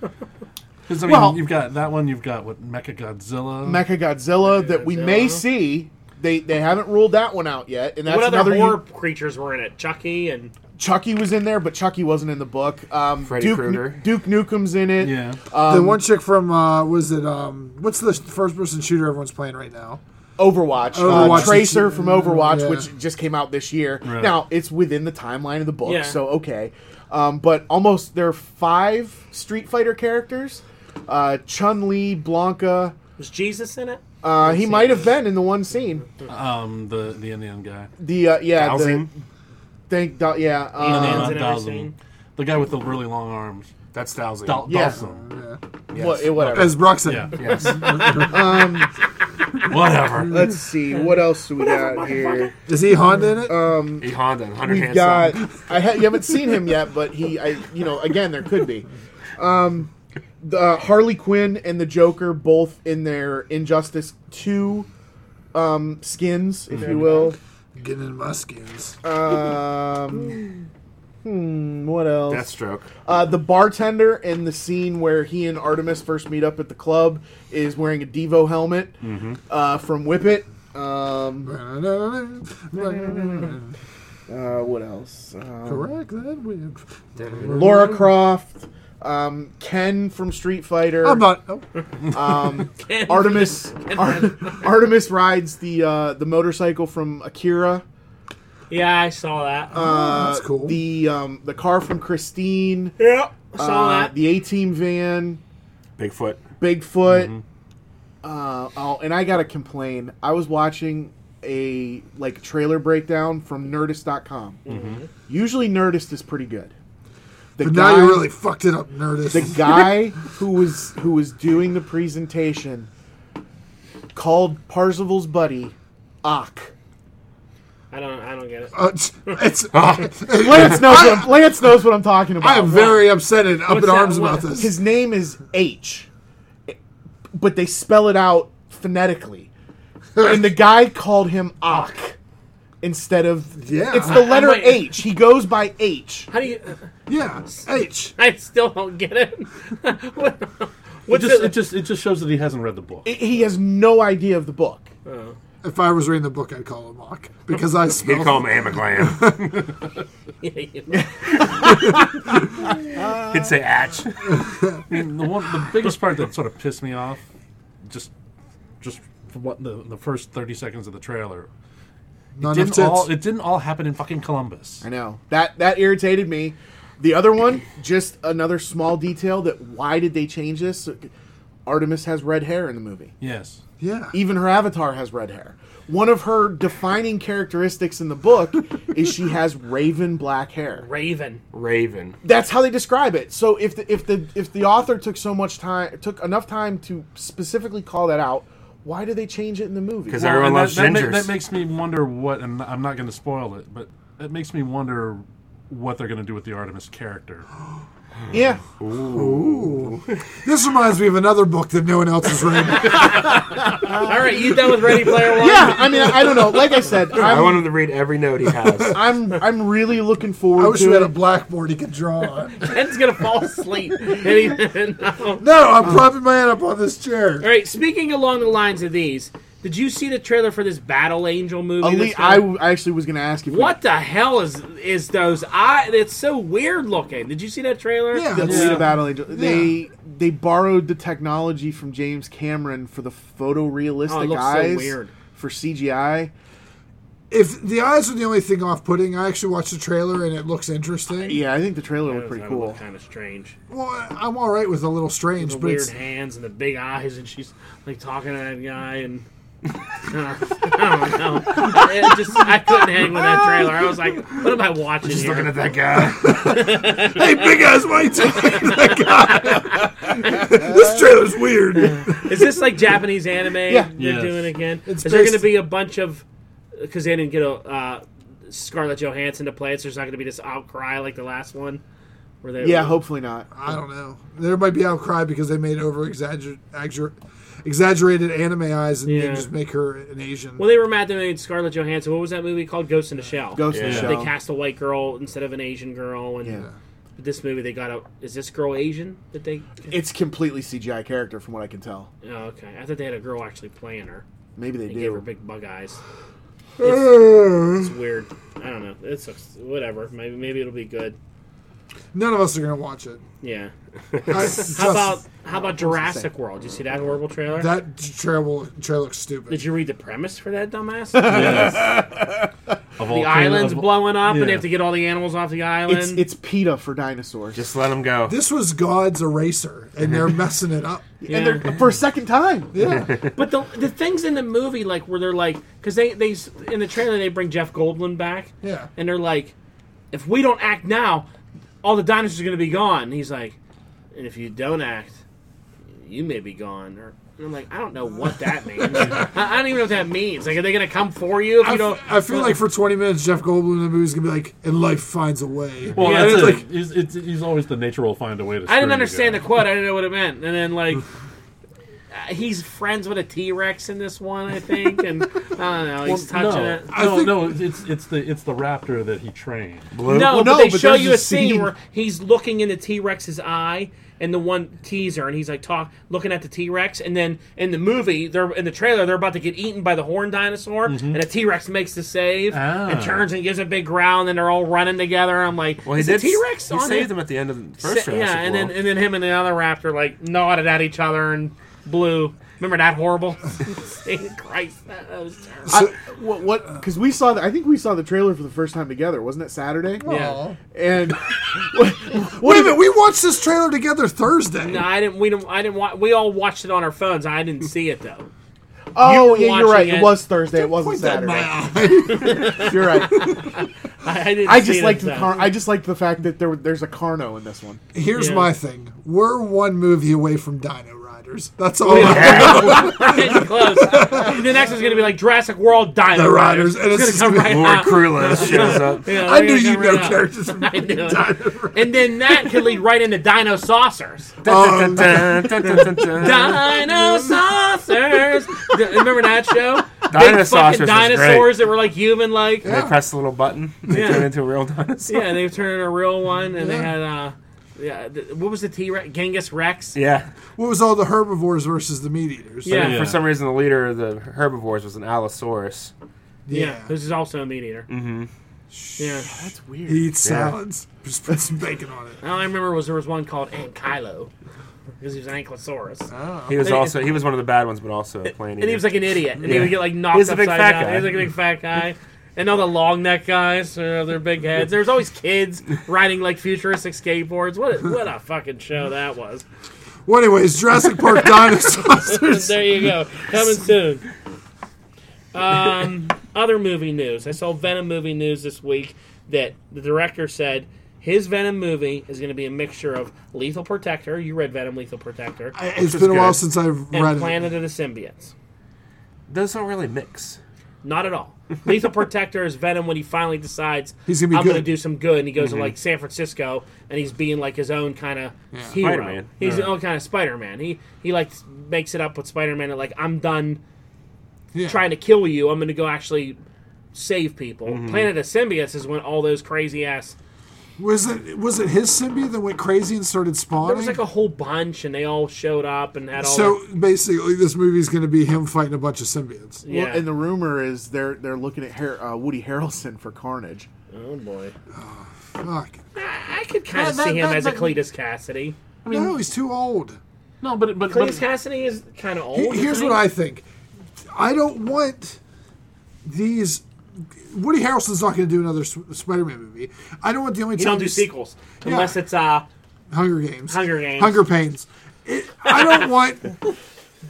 Because I mean,
Well-
you've got that one. You've got what Mecha Godzilla.
Mecha Godzilla that we may
Godzilla.
see. They they haven't ruled that one out yet, and that's
What other
another.
horror creatures were in it? Chucky and
Chucky was in there, but Chucky wasn't in the book. Um,
Freddy
Duke,
Krueger.
Duke Nukem's in it.
yeah.
the one chick from uh, was it um what's the first person shooter everyone's playing right now?
Overwatch,
Overwatch
uh,
is-
Tracer from Overwatch,
Yeah.
which just came out this year.
Right.
Now it's within the timeline of the book,
Yeah.
so okay. Um, but almost there are five Street Fighter characters: uh, Chun Li, Blanca.
was Jesus in it?
Uh, he might have been in the one scene.
Um. The the Indian guy.
The uh, yeah, the,
Housing.
Thank God. Yeah.
No, no,
Uh,
hands
not
and
Dalsum.
everything.
The guy with the really long arms.
That's Dowsing.
Dal-
Yeah.
Dalsum.
what- eh, whatever.
As Brock said,
Yeah.
yes.
Um, Whatever.
Let's see. What else do we got here?
is he Honda in it?
E Honda, 100
We've
hands
got.
long.
I ha- you haven't seen him yet, but he. I. You know. Again, there could be. Um, the uh, Harley Quinn and the Joker both in their Injustice Two um, skins, if you will.
Getting in muskins.
Um, hmm. What else?
Deathstroke.
Uh, the bartender in the scene where he and Artemis first meet up at the club is wearing a Devo helmet uh, from Whippet. Um, uh, what else? Um,
Correct that. wind.
Laura Croft, um, Ken from Street Fighter.
I'm not. Oh,
Um, Artemis. Ar- Artemis rides the uh, the motorcycle from Akira.
Yeah, I saw that.
Uh,
that's cool.
The um, the car from Christine.
yeah, I saw
Uh,
that.
the A Team van.
Bigfoot.
Bigfoot.
Mm-hmm.
Uh, oh, and I gotta complain. I was watching a like trailer breakdown from Nerdist.com. Usually, Nerdist is pretty good. The
Mm-hmm. but now you really fucked it up, Nerdist.
the guy who was who was doing the presentation called Parzival's buddy Ock.
I don't. I don't get it.
Uh, it's- it's.
Lance knows what I'm, Lance knows what I'm talking about.
I am very upset and up
What's
in
that?
arms about
What?
this.
His name is H, but they spell it out phonetically, and the guy called him Ock instead of
Yeah.
It's the letter
Wait.
H. He goes by H.
How do you?
yeah, H.
I still don't get it. What-
It
What's
just, it
it?
just it just shows that he hasn't read the book.
I- He has no idea of the book.
If I was reading the book, I'd call him Mock because I
He'd
smell.
call him Amaglam. He'd say Atch.
the one the biggest part that sort of pissed me off, just just for what the the first thirty seconds of the trailer.
none of
Didn't
tits.
all it didn't all happen in fucking Columbus.
I know that that irritated me. The other one, just another small detail. That why did they change this? Artemis has red hair in the movie.
Yes.
yeah.
Even her avatar has red hair. One of her defining characteristics in the book is she has raven black hair.
Raven.
Raven.
That's how they describe it. So if the if the if the author took so much time took enough time to specifically call that out, why do they change it in the movie?
'Cause Everyone
and
loves
that, that,
gingers.
that makes me wonder what, and I'm not going to spoil it, but it makes me wonder what they're going to do with the Artemis character.
yeah,
This reminds me of another book that no one else has read.
All right, you done with Ready Player One?
yeah. I mean, I don't know. Like I said,
I want
I'm
him to read every note he has.
I'm, I'm really looking
I
forward
wish we
to
had
it.
a blackboard he could draw on.
Ken's gonna fall asleep. Any minute now. All
No, I'm propping my head up on this chair.
right. Speaking along the lines of these, did you see the trailer for this Battle Angel movie?
Ali,
that's
I
coming?
w- I actually was going to ask if we-
What the hell is is those? I. It's so weird looking. Did you see that trailer?
Yeah.
The
Yeah.
Alita Battle Angel. They they borrowed the technology from James Cameron for the
Oh, it
photorealistic
looks so
eyes
weird.
for CGI.
If the eyes are the only thing off-putting, I actually watched the trailer and it looks interesting.
Yeah, I think the trailer looked pretty cool.
Kind of strange.
Well, I- I'm all right with a little strange,
The
but
weird
it's,
hands and the big eyes, and she's like talking to that guy, and I don't know. It just I couldn't hang with that trailer. I was like, what am I watching
Just
here?
looking at that guy.
hey, big ass white t- that guy. this trailer's weird.
Is this like Japanese anime
Yeah.
they're
Yes.
doing again?
It's
Is there
based-
going to be a bunch of because they didn't get a uh, Scarlett Johansson to play it, so there's not going to be this outcry like the last one. Where they
Yeah, hopefully not.
I don't know. There might be outcry because they made over exaggerated anime eyes and
Yeah.
then just make her an Asian.
Well, they were mad they made Scarlett Johansson. What was that movie called? Ghost in the Shell.
Ghost in the
Yeah.
They
Shell.
cast a white girl instead of an Asian girl, and
Yeah.
this movie they got a. Is this girl Asian? Did they?
It's completely CGI character from what I can tell.
Oh, okay. I thought they had a girl actually playing her.
Maybe they
They gave her
do.
big bug eyes.
Uh,
It's weird. I don't know. It's whatever. Maybe maybe it'll be good.
None of us are gonna watch it.
Yeah.
I-
How
just-
about how about Jurassic World? Did you see that horrible trailer?
that trailer? Trailer looks stupid.
Did you read the premise for that dumbass?
Of
the
all
island's
of-
blowing up, and they
yeah.
have to get all the animals off the island.
It's it's PETA for dinosaurs.
Just let him go.
this was God's eraser, and they're messing it up.
Yeah.
And they're for a second time.
Yeah,
But the the things in the movie, like where they're like, because they they s- in the trailer they bring Jeff Goldblum back,
Yeah.
and they're like, if we don't act now, all the dinosaurs are going to be gone. And he's like, and if you don't act, you may be gone. Or and I'm like, I don't know what that means. I, I don't even know what that means. Like, are they going to come for you if
I
you
f-
don't?
I feel like for 20 minutes, Jeff Goldblum in the movie's gonna be like, "And life finds a way."
Well,
Yeah,
that's
it's
it.
like-
he's, it's, he's always the nature will find a way to.
I
screw
didn't
you
understand the
guys.
quote. I didn't know what it meant. And then like. uh, He's friends with a T Rex in this one, I think, and I don't know. He's
Well,
touching
no,
it.
I
No,
think-
no, it's it's the it's the raptor that he trained.
No,
Well,
but
no,
they
but
show
there's
you
a
a scene,
scene-
where he's looking into T Rex's eye, and the one teaser, and he's like talk looking at the T Rex, and then in the movie, they're in the trailer, they're about to get eaten by the horn dinosaur,
Mm-hmm.
and a T Rex makes the save
Ah.
and turns and gives a big growl, and then they're all running together. I'm like,
Well, he
is
did.
the T Rex
He
on
saved
it?
him at the end of the first
Sa-
Jurassic
yeah, and then
World.
and then him and the other raptor like nodded at each other and blew. Remember that horrible? Christ, that was terrible.
So-
What? What? Because we saw the, I think we saw the trailer for the first time together. Wasn't it Saturday?
Yeah.
And what,
Wait
what
a minute, we watched this trailer together Thursday.
No, I didn't. We didn't. I didn't. Wa- we all watched it on our phones. I didn't see it though.
Oh,
you
yeah, you're right.
watching
It
it.
was Thursday. It wasn't
Point that in my
Saturday.
eye.
You're right.
I, I didn't.
I
see
just
it
liked the
though.
car- I just liked the fact that there there's a Carno in this one.
Here's
Yeah.
my thing: we're one movie away from Dino Riders. That's all. I
Getting close. the next one's gonna be like Jurassic World Dino
The Riders, and it's
It's gonna
just
come right
Lord
out.
Krula shows up.
Yeah,
I
they're
knew
gonna
you
come right
know
out.
characters from
I knew
Dino
it.
Riders.
And then that could lead right into Dino Saucers.
Um,
Dun, dun, dun, dun, dun.
Dino Saucers. D- Remember that show?
Dino
Big
Saucers
fucking
was
dinosaurs that were like human-like. Yeah,
They press the little button. They
Yeah.
turn into a real dinosaur.
and they were turning a real one, and they
Yeah.
had uh, yeah. th- What was the T Rex? Genghis Rex.
Yeah.
What was all the herbivores versus the meat eaters?
Yeah.
For some reason, the leader of the herbivores was an Allosaurus.
Yeah,
Yeah.
This is also a meat eater. Mm-hmm. Yeah.
That's weird.
He eats salads. Just put some bacon on it.
All I remember was there was one called Ankylo because he was an ankylosaurus.
He was
They-
also he was one of the bad ones, but also a plain.
and he was like an idiot. And he
Yeah.
would get like knocked
He's a
upside
big fat
down.
guy.
He was like a big fat guy. And all the long neck guys, uh, their big heads. There was always kids riding like futuristic skateboards. What a, what a fucking show that was!
Well, anyways, Jurassic Park dinosaurs.
There you go, coming soon. Um, other movie news. I saw Venom movie news this week that the director said his Venom movie is going to be a mixture of Lethal Protector. You read Venom, Lethal Protector,
I- it's
is
been a while
good.
since I've
and
read it.
Planet of the Symbiotes.
Those don't really mix.
Not at all. Lethal Protector is Venom when he finally decides
He's gonna be
I'm
good."
going to do some good, and he goes to like San Francisco, and he's being like his own kind of hero.
Spider-Man.
He's his own kind of Spider Man. He he like makes it up with Spider Man, and like I'm done
Yeah.
trying to kill you. I'm going to go actually save people.
Mm-hmm.
Planet of Symbiotes is when all those crazy ass.
Was it was it his symbiote that went crazy and started spawning?
There was like a whole bunch, and they all showed up and had all.
so basically, this movie's going to be him fighting a bunch of symbiotes.
yeah.
Well, and the rumor is they're they're looking at Har- uh, Woody Harrelson for Carnage.
oh boy,
Fuck.
I could kind of
That-
see him
that-
as a
that-
Cletus Cassidy.
no, he's too old.
No, but but,
Cletus
but
Cassidy is kind of old.
He- Here's
isn't
what
he?
I think. I don't want these. Woody Harrelson's not going to do another Sp- Spider-Man movie. I don't want the only
You
time
don't do
he's-
sequels unless it's uh
Hunger Games.
Hunger Games.
Hunger Pains. It, I don't want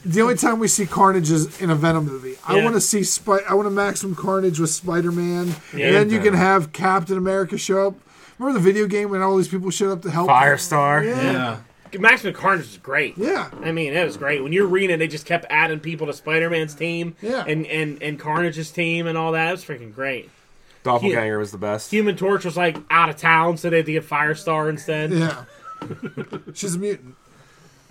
the only time we see Carnage is in a Venom movie. I
Yeah.
want to see Spi- I want a Maximum Carnage with Spider Man,
Yeah.
and then you can have Captain America show up. Remember the video game when all these people showed up to help?
Firestar.
yeah,
Maximum Carnage is great.
Yeah.
I mean it was great. When you're reading it, they just kept adding people to Spider Man's team
Yeah.
and, and, and Carnage's team and all that. It was freaking great.
Doppelganger was the best.
Human Torch was like out of town, so they had to get Firestar instead. Yeah.
Yeah. She's a mutant.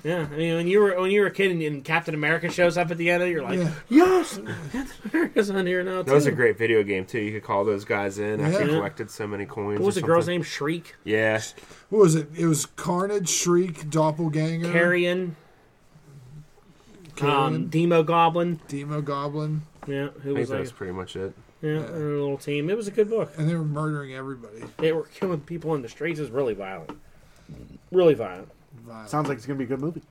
I mean when you were when you were a kid and, and Captain America shows up at the end of it, you're like,
Yeah.
Yes Captain America's on here now too.
That was a great video game too. You could call those guys in after you
Yeah.
collected so many coins.
what was
or
the girl's
something.
name? Shriek?
Yeah,
What was it? It was Carnage, Shriek, Doppelganger,
Carrion? Um,
Carrion,
Demo Goblin.
Demo Goblin,
Yeah, who
I think
was
that
like
was pretty much it.
yeah, a little team. It was a good book.
and they were murdering everybody.
They were killing people in the streets. Is really violent. Really violent.
Sounds like it's gonna be a good movie.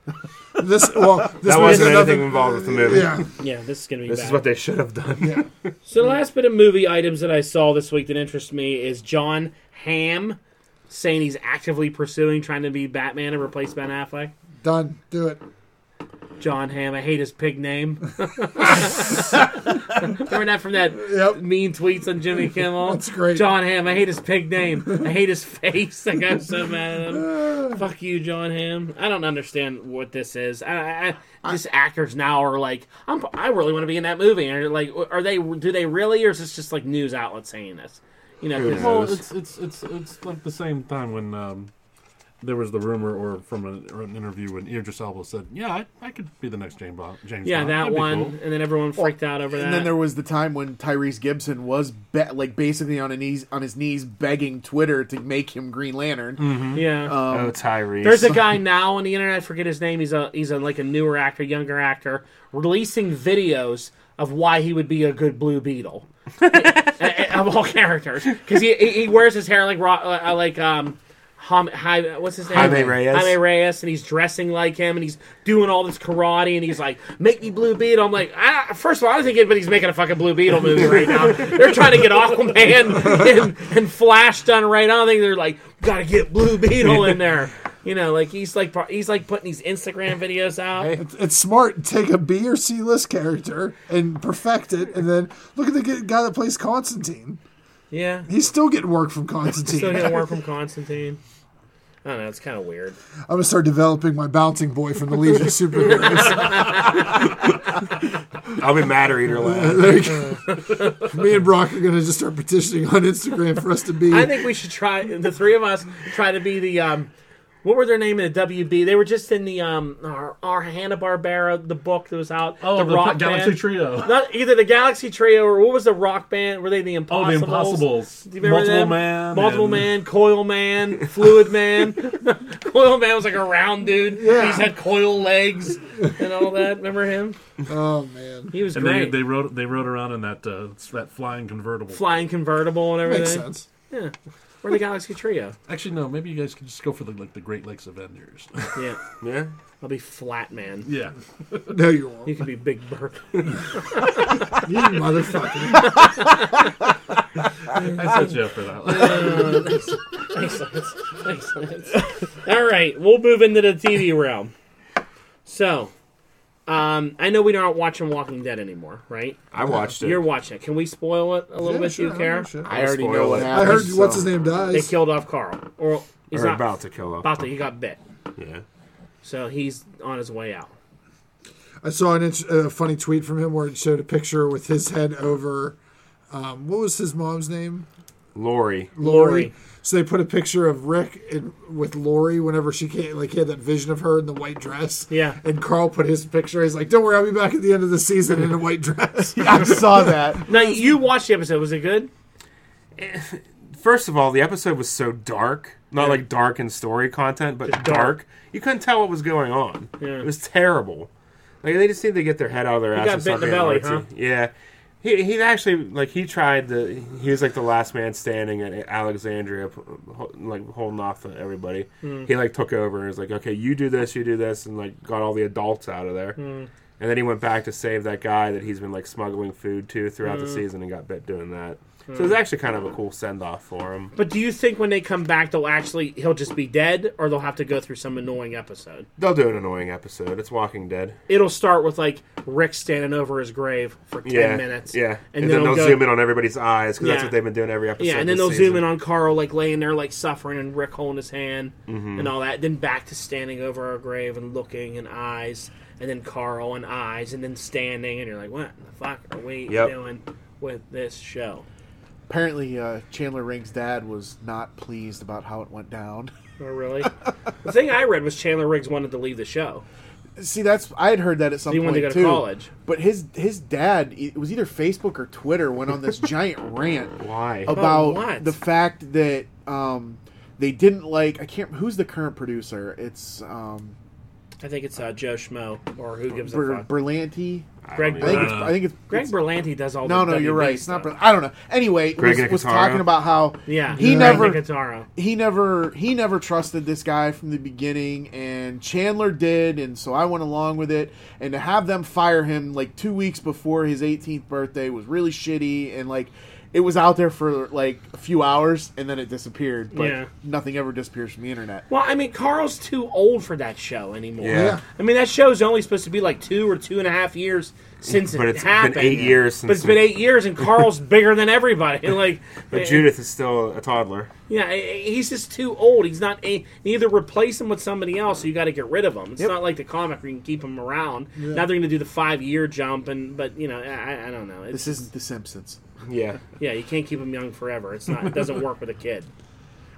This well, this
That
was
wasn't
another-
anything involved with the movie.
Yeah,
Yeah, this is gonna be.
This
bad.
is what they should have done.
yeah.
so the last bit of movie items that I saw this week that interest me is John Hamm saying he's actively pursuing trying to be Batman and replace Ben Affleck.
Done. Do it.
John Hamm. I hate his pig name. Remember that from that
Yep.
mean tweets on Jimmy Kimmel?
That's great.
John Hamm. I hate his pig name. I hate his face. Like I'm so mad at him. Fuck you, John Hamm. I don't understand what this is. I, I, I these actors now are like, I'm, I really want to be in that movie. And like, are they? Do they really? Or is this just like news outlets saying this? You know, 'cause-
Well, it's it's it's it's like the same time when um, there was the rumor or from an, or an interview when Idris Elba said, "Yeah, I, I could be the next James Bond." James
yeah,
Bond.
that
That'd be
one,
cool."
and then everyone freaked out over that.
And then there was the time when Tyrese Gibson was be- like basically on his knees on his knees begging Twitter to make him Green Lantern.
yeah.
Uh,
oh, Tyrese.
There's a guy now on the internet. I forget his name. He's a he's a, like a newer actor, younger actor, releasing videos of why he would be a good Blue Beetle Eh, eh, of all characters because he, he he wears his hair like Ro- uh, uh, like um. Ham, Hi, what's his name?
Jaime Reyes.
Jaime Reyes, and he's dressing like him, and he's doing all this karate, and he's like, "Make me Blue Beetle." I'm like, I, first of all, I don't think anybody's making a fucking Blue Beetle movie right now. they're trying to get Aquaman and, and Flash done right. I don't think they're like, "Gotta get Blue Beetle in there." You know, like he's like pro- he's like putting these Instagram videos out.
It's, it's smart. Take a B or C list character and perfect it, and then look at the g- guy that plays Constantine.
Yeah,
He's still getting work from
still
Constantine.
getting work from Constantine. I don't know. It's kind of weird.
I'm gonna start developing my bouncing boy from the Legion of Superheroes.
I'll be madder eater lad.
There you go. Me and Brock are gonna just start petitioning on Instagram for us to be.
I think we should try the three of us try to be the um what were their name in the WB? They were just in the um our, our Hanna Barbera the book that was out.
Oh, the,
rock
Galaxy
band.
Trio.
Not either the Galaxy Trio or what was the rock band? Were they the
Oh, the
Impossibles?
Impossibles.
Do you remember
Multiple
them?
Man.
Multiple
and-
Man, Coil Man, Fluid Man. coil Man was like a round dude. He's had coil legs and all that. Remember him?
oh man,
He was
And they,
great.
they rode they rode around in that uh, that flying convertible.
Flying convertible and everything.
makes sense.
Yeah. Or the Galaxy Trio.
Actually, no. Maybe you guys could just go for the like the Great Lakes Avengers.
Yeah.
Yeah.
I'll be Flat Man.
yeah.
No, you
You
won't.
can be Big Bird.
You motherfucker.
I set you up for that. one.
Makes sense. Makes sense. All right, we'll move into the TV realm. So, um, I know we aren't watching Walking Dead anymore, right?
I watched it.
You're watching it. Can we spoil it a little
Yeah,
bit?
sure,
Do you
I
care?
don't shit.
I already know what
I
happened.
heard
so-
what's his name
They
dies.
killed off Carl, or he's
Or
not
about to kill off.
about to. He got bit,
Yeah.
so he's on his way out.
I saw an int- a funny tweet from him where it showed a picture with his head over. Um, what was his mom's name?
Lori.
Lori.
Lori.
So they put a picture of Rick and with Lori whenever she came, like he had that vision of her in the white dress.
Yeah.
And Carl put his picture. He's like, "Don't worry, I'll be back at the end of the season in a white dress."
I saw that.
Now you watched the episode. Was it good?
First of all, the episode was so dark. Not like dark in story content, but dark. You couldn't tell what was going on.
Yeah.
It was terrible. Like they just need to get their head out of their ass.
got
and
bit in
stop
the
being
belly,
artsy. Yeah. He, he actually like he tried to he was like the last man standing at Alexandria p- ho- like holding off to everybody.
Hmm.
He like took over and was like okay you do this you do this and like got all the adults out of there.
Hmm.
And then he went back to save that guy that he's been like smuggling food to throughout
Hmm.
the season and got bit doing that. So it was actually kind of a cool send off for him.
But do you think when they come back, they'll actually he'll just be dead, or they'll have to go through some annoying episode?
They'll do an annoying episode. It's Walking Dead.
It'll start with like Rick standing over his grave for ten
yeah,
minutes.
Yeah,
and,
and,
then,
then
it'll
they'll
go-
zoom in on everybody's eyes because that's
Yeah.
what they've been doing every episode.
Yeah, and then
this
they'll zoom
season.
in on Carl like laying there like suffering and Rick holding his hand
Mm-hmm.
and all that. Then back to standing over our grave and looking and eyes and then Carl and eyes and then standing and you're like, What the fuck are we
Yep.
doing with this show?
Apparently, uh, Chandler Ring's dad was not pleased about how it went down.
Oh really? the thing I read was Chandler Riggs wanted to leave the show.
See, that's I had heard that at some
He
point
wanted to go to
too.
college.
But his his dad, it was either Facebook or Twitter, went on this giant rant
Why?
about
what?
the fact that um, they didn't like. I can't. Who's the current producer? It's um,
I think it's uh, Joe Schmo or who gives
Ber-
a fuck.
Berlanti.
Greg
I think
Berlanti.
it's. I think it's.
Greg
it's-
Berlanti does all
no,
the
no, you're
WB
right. It's
Stuff.
not. Ber- I don't know. Anyway,
Greg
was, was
Nicotero?
talking about how
yeah,
he
Greg
never
Nicotero.
he never he never trusted this guy from the beginning and Chandler did and so I went along with it and to have them fire him like 2 weeks before his 18th birthday was really shitty and like it was out there for like a few hours and then it disappeared. But
Yeah.
nothing ever disappears from the internet.
Well, I mean, Carl's too old for that show anymore.
Yeah.
Yeah.
I mean, that show's only supposed to be like two or two and a half years since
But
it
it's been
happened.
eight years
But it's
since-
been eight years, and Carl's bigger than everybody. Like,
But
eh,
Judith is still a toddler.
yeah, eh, he's just too old. He's not. A, you either replace him with somebody else, or you got to get rid of him. It's not like the comic where you can keep him around. Now they're going to do the five year jump, and but you know, I, I don't know. It's,
This isn't The Simpsons.
Yeah.
yeah, you can't keep him young forever. It's not. It doesn't work with a kid.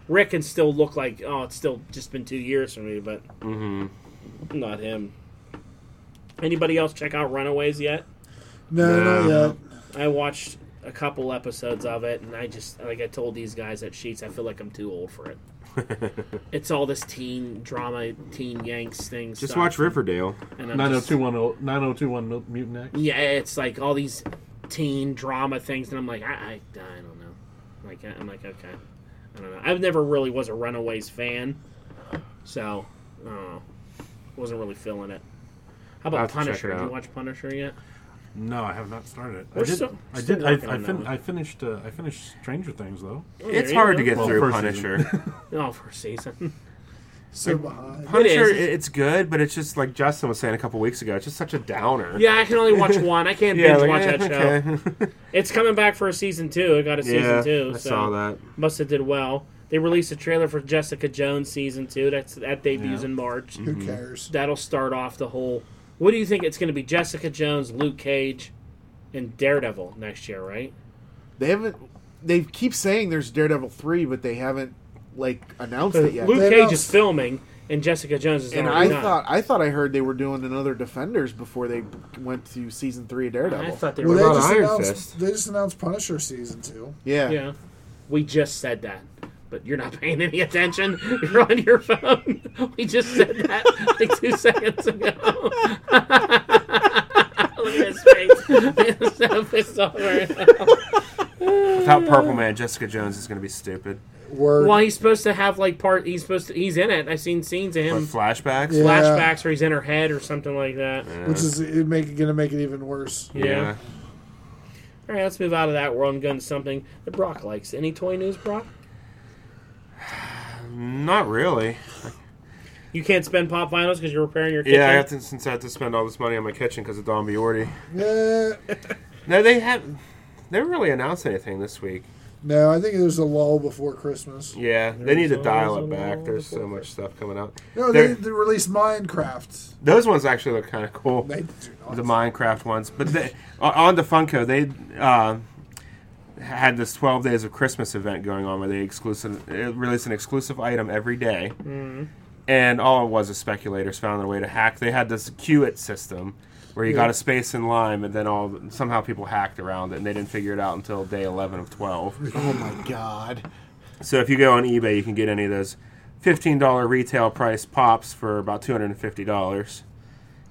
Rick can still look like oh, it's still just been two years for me, but
Mm-hmm.
not him. Anybody else check out Runaways yet?
No, no,
No.
not yet.
I watched a couple episodes of it, and I just like I told these guys at Sheets, I feel like I'm too old for it. it's all this teen drama, teen Yanks thing.
Just watch Riverdale.
and I'm just-
9021 9021 Mil- Mutant X.
yeah, it's like all these teen drama things, and I'm like, I, I, I don't know. Like, I- I'm like, okay, I don't know. I've never really was a Runaways fan, so uh, wasn't really feeling it. How
I'll
about
have to check
Punisher?
it
Did you
out.
watch Punisher yet?
No, I have not started it. I
We're
did.
still-
I
still
did. I,
working
I,
on that
fin-
one.
I finished. Uh, I finished Stranger Things though.
It's
you
hard
go.
to get
Well,
through
first
Punisher.
Oh, first season.
So behind.
Punisher,
is.
it- it's good, but it's just like Justin was saying a couple weeks ago. It's just such a downer.
yeah, I can only watch one. I can't
Yeah,
binge
like,
watch
eh,
that show.
okay.
It's coming back for a season two. It got a season
yeah,
two.
I
so
saw that.
Must have did well. They released a trailer for Jessica Jones season two. That's that debuts
Yeah.
in March.
Who cares?
That'll start off the whole. What do you think it's going to be? Jessica Jones, Luke Cage, and Daredevil next year, right?
They haven't. They keep saying there's Daredevil three, but they haven't like announced it yet.
Luke
They
Cage
announced-
is filming, and Jessica Jones is.
Uh, And I
already done.
thought I thought I heard they were doing another Defenders before they went to season three of Daredevil.
I thought they
Well,
were.
they
about
just,
Iron
announced,
Fist?
they just announced Punisher season two.
yeah.
Yeah, we just said that. But you're not paying any attention. You're on your phone. We just said that like two seconds ago. Look at his face. He's so pissed off right now.
Without Purple Man, Jessica Jones is going to be stupid.
Word.
Well, he's supposed to have like part. He's supposed to. He's in it. I've seen scenes of
But
him
flashbacks?
Yeah.
flashbacks, or he's in her head, or something like that.
Which is it make, gonna make it even worse.
Yeah. All right, let's move out of that world and go into something that Brock likes. Any toy news, Brock?
Not really.
You can't spend pop vinyls because you're repairing your kitchen.
Yeah, I have to, since I have to spend all this money on my kitchen because of Don Biordi.
Yeah.
No, they have. They haven't really announced anything this week.
No, I think there's a lull before Christmas.
Yeah, they need to
was
dial
a
it back.
lull
There's so
before
much stuff coming out.
No, they,
They're-
they released Minecraft.
Those ones actually look kind of cool.
They do not.
the Minecraft ones. But they, on- on the Funko, they uh, had this 12 Days of Christmas event going on where they exclusive uh, released an exclusive item every day.
Mm.
And all it was is speculators found their way to hack. They had this queue it system where you got a space in line, and then all somehow people hacked around it, and they didn't figure it out until day 11 of 12.
Oh my god.
so if you go on eBay, you can get any of those $15 retail price pops for about $250.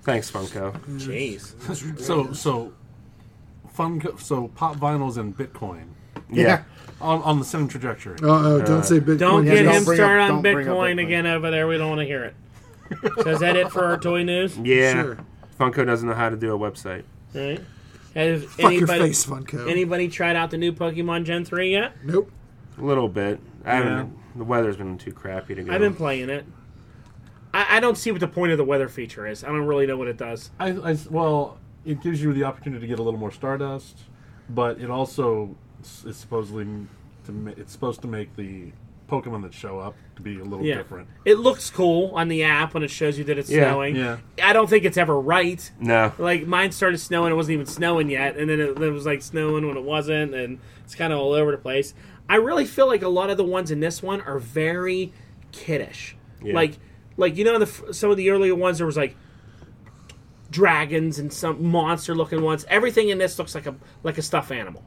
Thanks, Funko.
Jeez.
So so, fun. co- So pop vinyls and Bitcoin
Yeah.
on, on the same trajectory.
Uh oh, don't say Bitcoin.
Don't
Yeah,
get
don't
him
bring up-
started on
don't bring up
Bitcoin
Bitcoin.
again over there. We don't want to hear it. So is that it for our toy news?
Yeah.
Sure.
Funko doesn't know how to do a website.
All right. Has
Fuck your
anybody,
face, Funko.
anybody tried out the new Pokemon Gen 3 yet?
nope.
A little bit. I
Yeah.
haven't. The weather's been too crappy to go.
I've been playing it. I, I don't see what the point of the weather feature is. I don't really know what it does.
I, I- well, it gives you the opportunity to get a little more stardust, but it also s- is supposedly m- to ma- it's supposed to make the Pokemon that show up to be a little
Yeah.
different.
It looks cool on the app when it shows you that it's
Yeah,
snowing.
yeah.
I don't think it's ever right.
no.
Like mine started snowing, it wasn't even snowing yet, and then it, then it was like snowing when it wasn't, and it's kind of all over the place. I really feel like a lot of the ones in this one are very kiddish,
Yeah.
like like you know in the f- some of the earlier ones there was like dragons and some monster looking ones. Everything in this looks like a like a stuffed animal.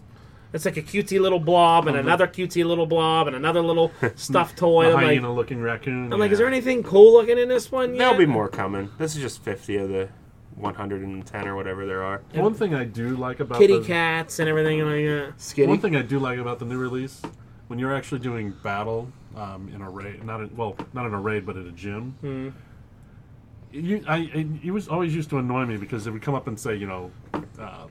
It's like a cutesy little blob
Uh-huh.
and another cutesy little blob and another little stuffed toy.
A
I'm like,
hyena looking raccoon.
I'm like,
yeah.
is there anything cool looking in this one?
There'll
yet?
be more coming. This is just 50 of the 110 or whatever there are.
one thing I do like about
kitty
the,
cats and everything like that.
One thing I do like about the new release, when you're actually doing battle um, in a raid, not in, well, not in a raid, but at a gym,
Hmm.
you, I, I, you was always used to annoy me because it would come up and say, you know, uh,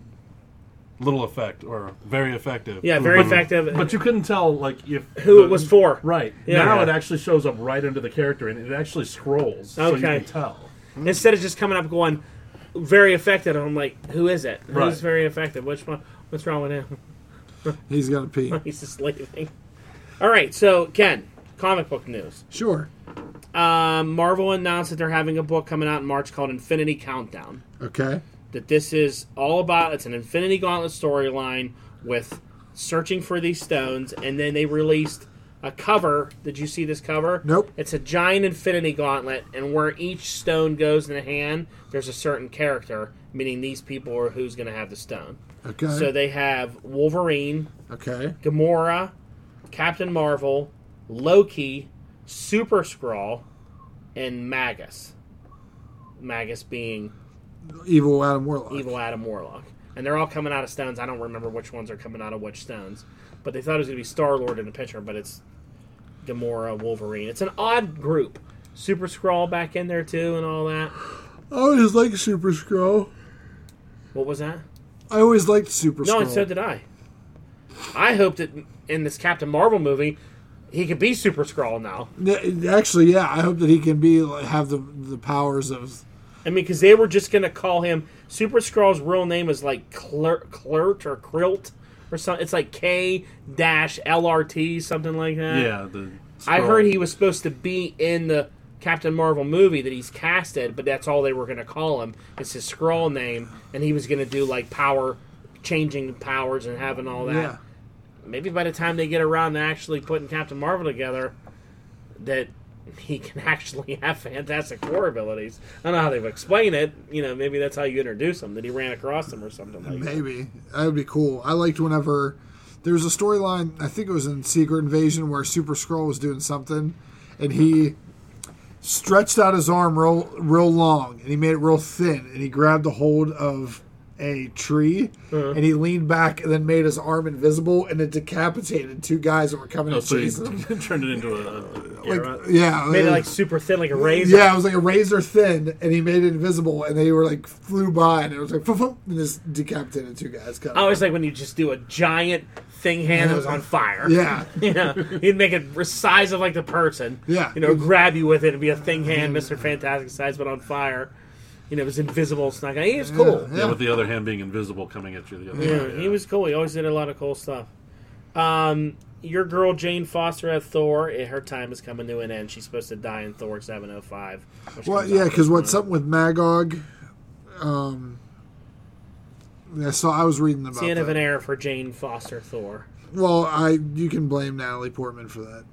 little effect or very effective.
Yeah, very
But-
effective.
But you couldn't tell like if
Who it was for.
Right
Yeah.
now, it actually shows up right under the character, and it actually scrolls, so you
Okay.
can tell.
Instead of just coming up going, very affected, I'm like, who is it? Who's
Right.
very affected? Which one? What's wrong with him?
He's gonna pee.
He's just leaving. All right, so Ken, comic book news.
Sure.
Um, Marvel announced that they're having a book coming out in March called Infinity Countdown.
Okay.
That this is all about. It's an Infinity Gauntlet storyline with searching for these stones, and then they released a cover. Did you see this cover?
Nope.
It's a giant Infinity Gauntlet, and where each stone goes in the hand, there's a certain character, meaning these people are who's going to have the stone.
Okay.
So they have Wolverine,
okay.
Gamora, Captain Marvel, Loki, Super Skrull, and Magus. Magus being
Evil Adam Warlock.
evil Adam Warlock. And they're all coming out of stones. I don't remember which ones are coming out of which stones. But they thought it was going to be Star Lord in the picture, but it's Gamora, Wolverine. It's an odd group. Super Skrull back in there too, and all that.
I always liked Super Scroll.
What was that?
I always liked Super
No,
Scroll.
and so did I. I hope that in this Captain Marvel movie, he could be Super Skrull now.
N- Actually, yeah. I hope that he can be like, have the the powers of.
I mean, because they were just going to call him Super Skrull's real name is like Cler- Clert or Krilt or something. It's like K dash LRT, something like that.
Yeah, the
I
scroll.
Uh, heard he was supposed to be in the Captain Marvel movie that he's casted, but that's all they were going to call him. It's his scroll name, and he was going to do like power, changing powers and having all that.
Yeah.
Maybe by the time they get around to actually putting Captain Marvel together, that he can actually have fantastic war abilities. I don't know how they've explained it. You know, maybe that's how you introduce him that he ran across them or something like that.
Maybe that would be cool. I liked whenever there was a storyline. I think it was in Secret Invasion where Super Scroll was doing something, and he stretched out his arm real real long, and he made it real thin, and he grabbed a hold of a tree,
Uh-huh.
and he leaned back, and then made his arm invisible, and it decapitated two guys that were coming
Oh,
to
so he
chase him.
turned it into a, a Garrett.
Yeah,
Made it
uh,
like super thin, like a razor.
yeah, it was like a razor thin, and he made it invisible, and they were like flew by, and it was like, "Fuff, fuff," and this decapitated two guys. Kind
I always like when you just do a giant thing hand that was on fire.
yeah,
You know, he'd make it the size of like the person.
Yeah.
You know, grab you with it and be a thing hand, Mr. Fantastic size, but on fire. You know, it was invisible. It's not gonna. He was cool.
yeah.
Yeah, with the other hand being invisible coming at you. The other
Yeah,
way,
he was cool. He always did a lot of cool stuff. Um, your girl Jane Foster at Thor, eh, her time is coming to an end. She's supposed to die in Thor 705. which
Well,
comes
yeah,
out.
because what's something with Magog? Um, I saw. I was reading about
It's the end of
that.
an era for Jane Foster Thor.
well, I you can blame Natalie Portman for that.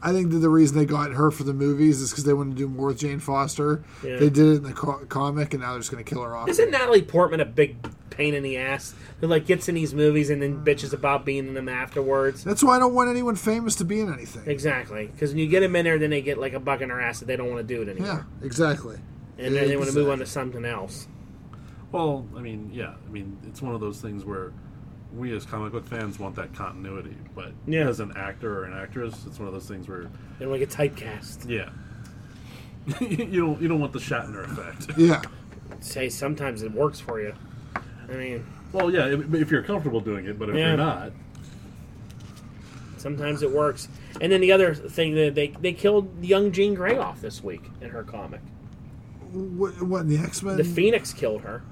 I think that the reason they got her for the movies is because they wanted to do more with Jane Foster.
Yeah.
They did it in the co- comic, and now they're just going to kill her off.
Isn't Natalie Portman a big pain in the ass who like gets in these movies and then bitches about being in them afterwards?
That's why I don't want anyone famous to be in anything.
Exactly, because when you get them in there, then they get like a buck in their ass that they don't want to do it
Yeah,
anymore,
exactly.
and then they want to move on to something else.
Well, I mean, yeah, I mean, it's one of those things where we as comic book fans want that continuity, but
Yeah.
as an actor or an actress, it's one of those things where,
They don't get typecast.
yeah, you don't you don't want the Shatner effect.
Yeah,
Say sometimes it works for you. I mean,
Well, yeah, if, if you're comfortable doing it, but if
Yeah.
you're not,
sometimes it works. And then the other thing that they they killed young Jean Grey off this week in her comic.
what, what in the X Men?
The Phoenix killed her.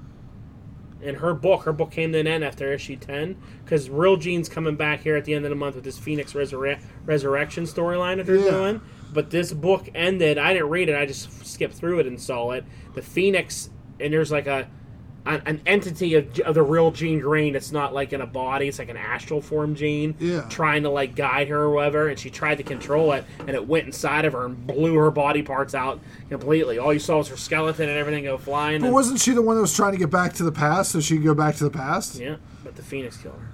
In her book, her book came to an end after issue 10 because Real Gene's coming back here at the end of the month with this Phoenix resurre- Resurrection storyline that they're
Yeah.
doing. But this book ended. I didn't read it, I just skipped through it and saw it. The Phoenix, and there's like a. An an entity of, of the real Jean Green that's not like in a body, it's like an astral form Jean,
Yeah.
trying to like guide her or whatever. And she tried to control it, and it went inside of her and blew her body parts out completely. All you saw was her skeleton and everything go flying.
but
and-
wasn't she the one that was trying to get back to the past so she could go back to the past?
yeah, but the Phoenix killed her.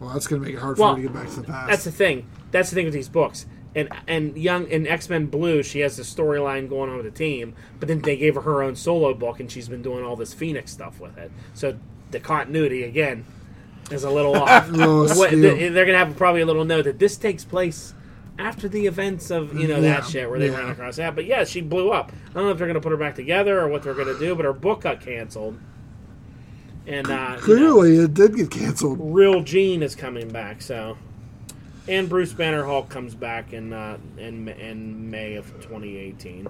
Well, that's going to make it hard for her
Well,
to get back to the past.
That's the thing. That's the thing with these books. And and young in X Men Blue, she has the storyline going on with the team, but then they gave her her own solo book, and she's been doing all this Phoenix stuff with it. So the continuity again is a little off.
little
What-
skew.
th- they're gonna have probably a little note that this takes place after the events of you know
Yeah,
that shit where they
yeah.
ran across that. But yeah, she blew up. I don't know if they're gonna put her back together or what they're gonna do, but her book got canceled. and uh, you know,
Clearly, it did get canceled.
real Gene is coming back. So, and Bruce Banner Hulk comes back in uh, in in May of 2018.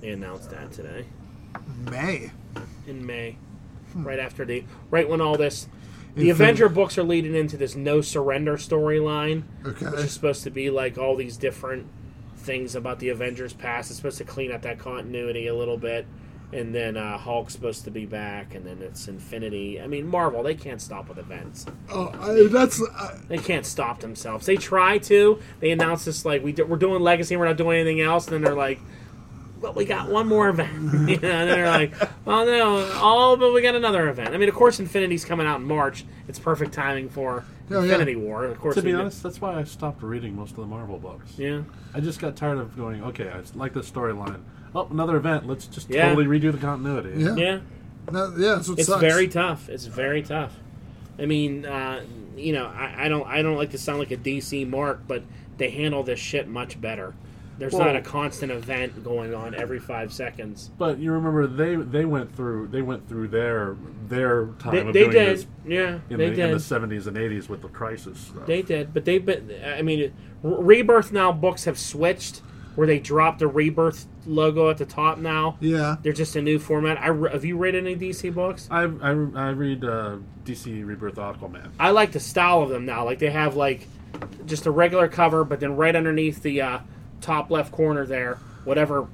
They announced that today
May.
in May,
Hmm.
right after the right when all this. The Avenger books are leading into this no surrender storyline, which
Okay.
is supposed to be like all these different things about the Avengers past. It's supposed to clean up that continuity a little bit, and then uh, Hulk's supposed to be back, and then it's Infinity. I mean, Marvel they can't stop with events.
Oh, I, that's. uh, I,
They can't stop themselves. They try to. They announce this like we do, we're doing Legacy, we're not doing anything else, and then they're like, "But we got one more event," you know, and then they're like, "Well, no, all but we got another event." I mean, of course, Infinity's coming out in March. It's perfect timing for
Oh, yeah.
Infinity War. Of course,
To be
we-
honest, that's why I stopped reading most of the Marvel books.
yeah,
I just got tired of going. Okay, I like this storyline. Oh, another event. Let's just
Yeah.
totally redo the continuity.
yeah.
yeah,
No, yeah. That's what
it's
sucks.
very tough. It's very tough. I mean, uh, you know, I, I don't, I don't like to sound like a DC mark, but they handle this shit much better. There's
Well-
not a constant event going on every five seconds.
But you remember they they went through they went through their their time
They,
of
they
doing
did,
this
yeah.
in
they
the, in
did.
the 70s and 80s with the crisis. Stuff.
They did, but they've been. I mean, Re- Rebirth now books have switched where they drop the Rebirth logo at the top now.
Yeah.
They're just a new format. I re- have you read any DC books?
I, I, I read uh, DC Rebirth Aquaman.
I like the style of them now. Like they have like just a regular cover, but then right underneath the uh, top left corner there, whatever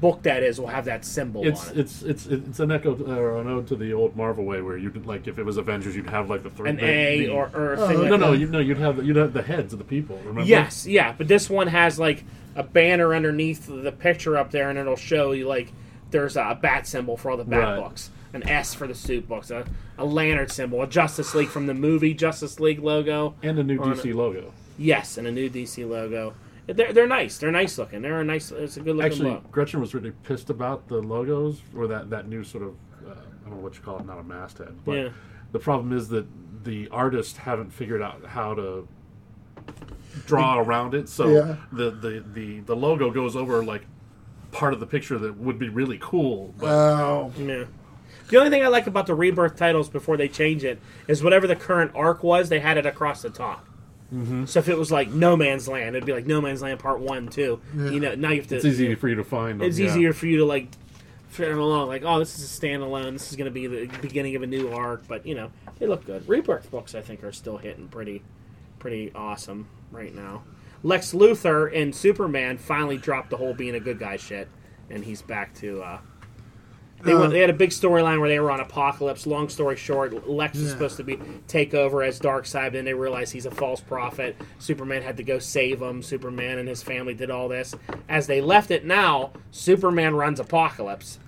book that is will have that symbol
It's
on it.
it's it's it's an echo or an ode to the old Marvel way where you would like if it was Avengers you'd have like the three
An
the-
A
the-
or, or a thing like
Oh, no no
that.
you no you'd have you'd have the heads of the people remember
Yes, yeah, but this one has like a banner underneath the picture up there, and it'll show you like there's a bat symbol for all the bat
Right.
books, an S for the suit books, a, a lantern symbol, a Justice League from the movie Justice League logo,
and a new
On
DC logo.
yes, and a new DC logo. They're, they're nice. They're nice looking. They're a nice. It's a good looking
Actually,
look.
Gretchen was really pissed about the logos or that that new sort of uh, I don't know what you call it, not a masthead, but
Yeah.
the problem is that the artists haven't figured out how to draw around it, so
Yeah.
the, the the the logo goes over like part of the picture that would be really cool, but
Oh.
Yeah. The only thing I like about the rebirth titles before they change it is whatever the current arc was, they had it across the top. Mm-hmm. So if it was like No Man's Land, it'd be like No Man's Land Part One, Two. You know, now you have to.
it's easy for you to find. them,
it's
yeah.
easier for you to like figure it along like oh this is a standalone this is going to be the beginning of a new arc but you know they look good rebirth books i think are still hitting pretty pretty awesome right now lex luthor and superman finally dropped the whole being a good guy shit and he's back to uh they, went, they had a big storyline where they were on Apocalypse. Long story short, Lex is
Yeah.
supposed to be take over as Darkseid, then they realized he's a false prophet. Superman had to go save him. Superman and his family did all this. As they left it now, Superman runs Apocalypse,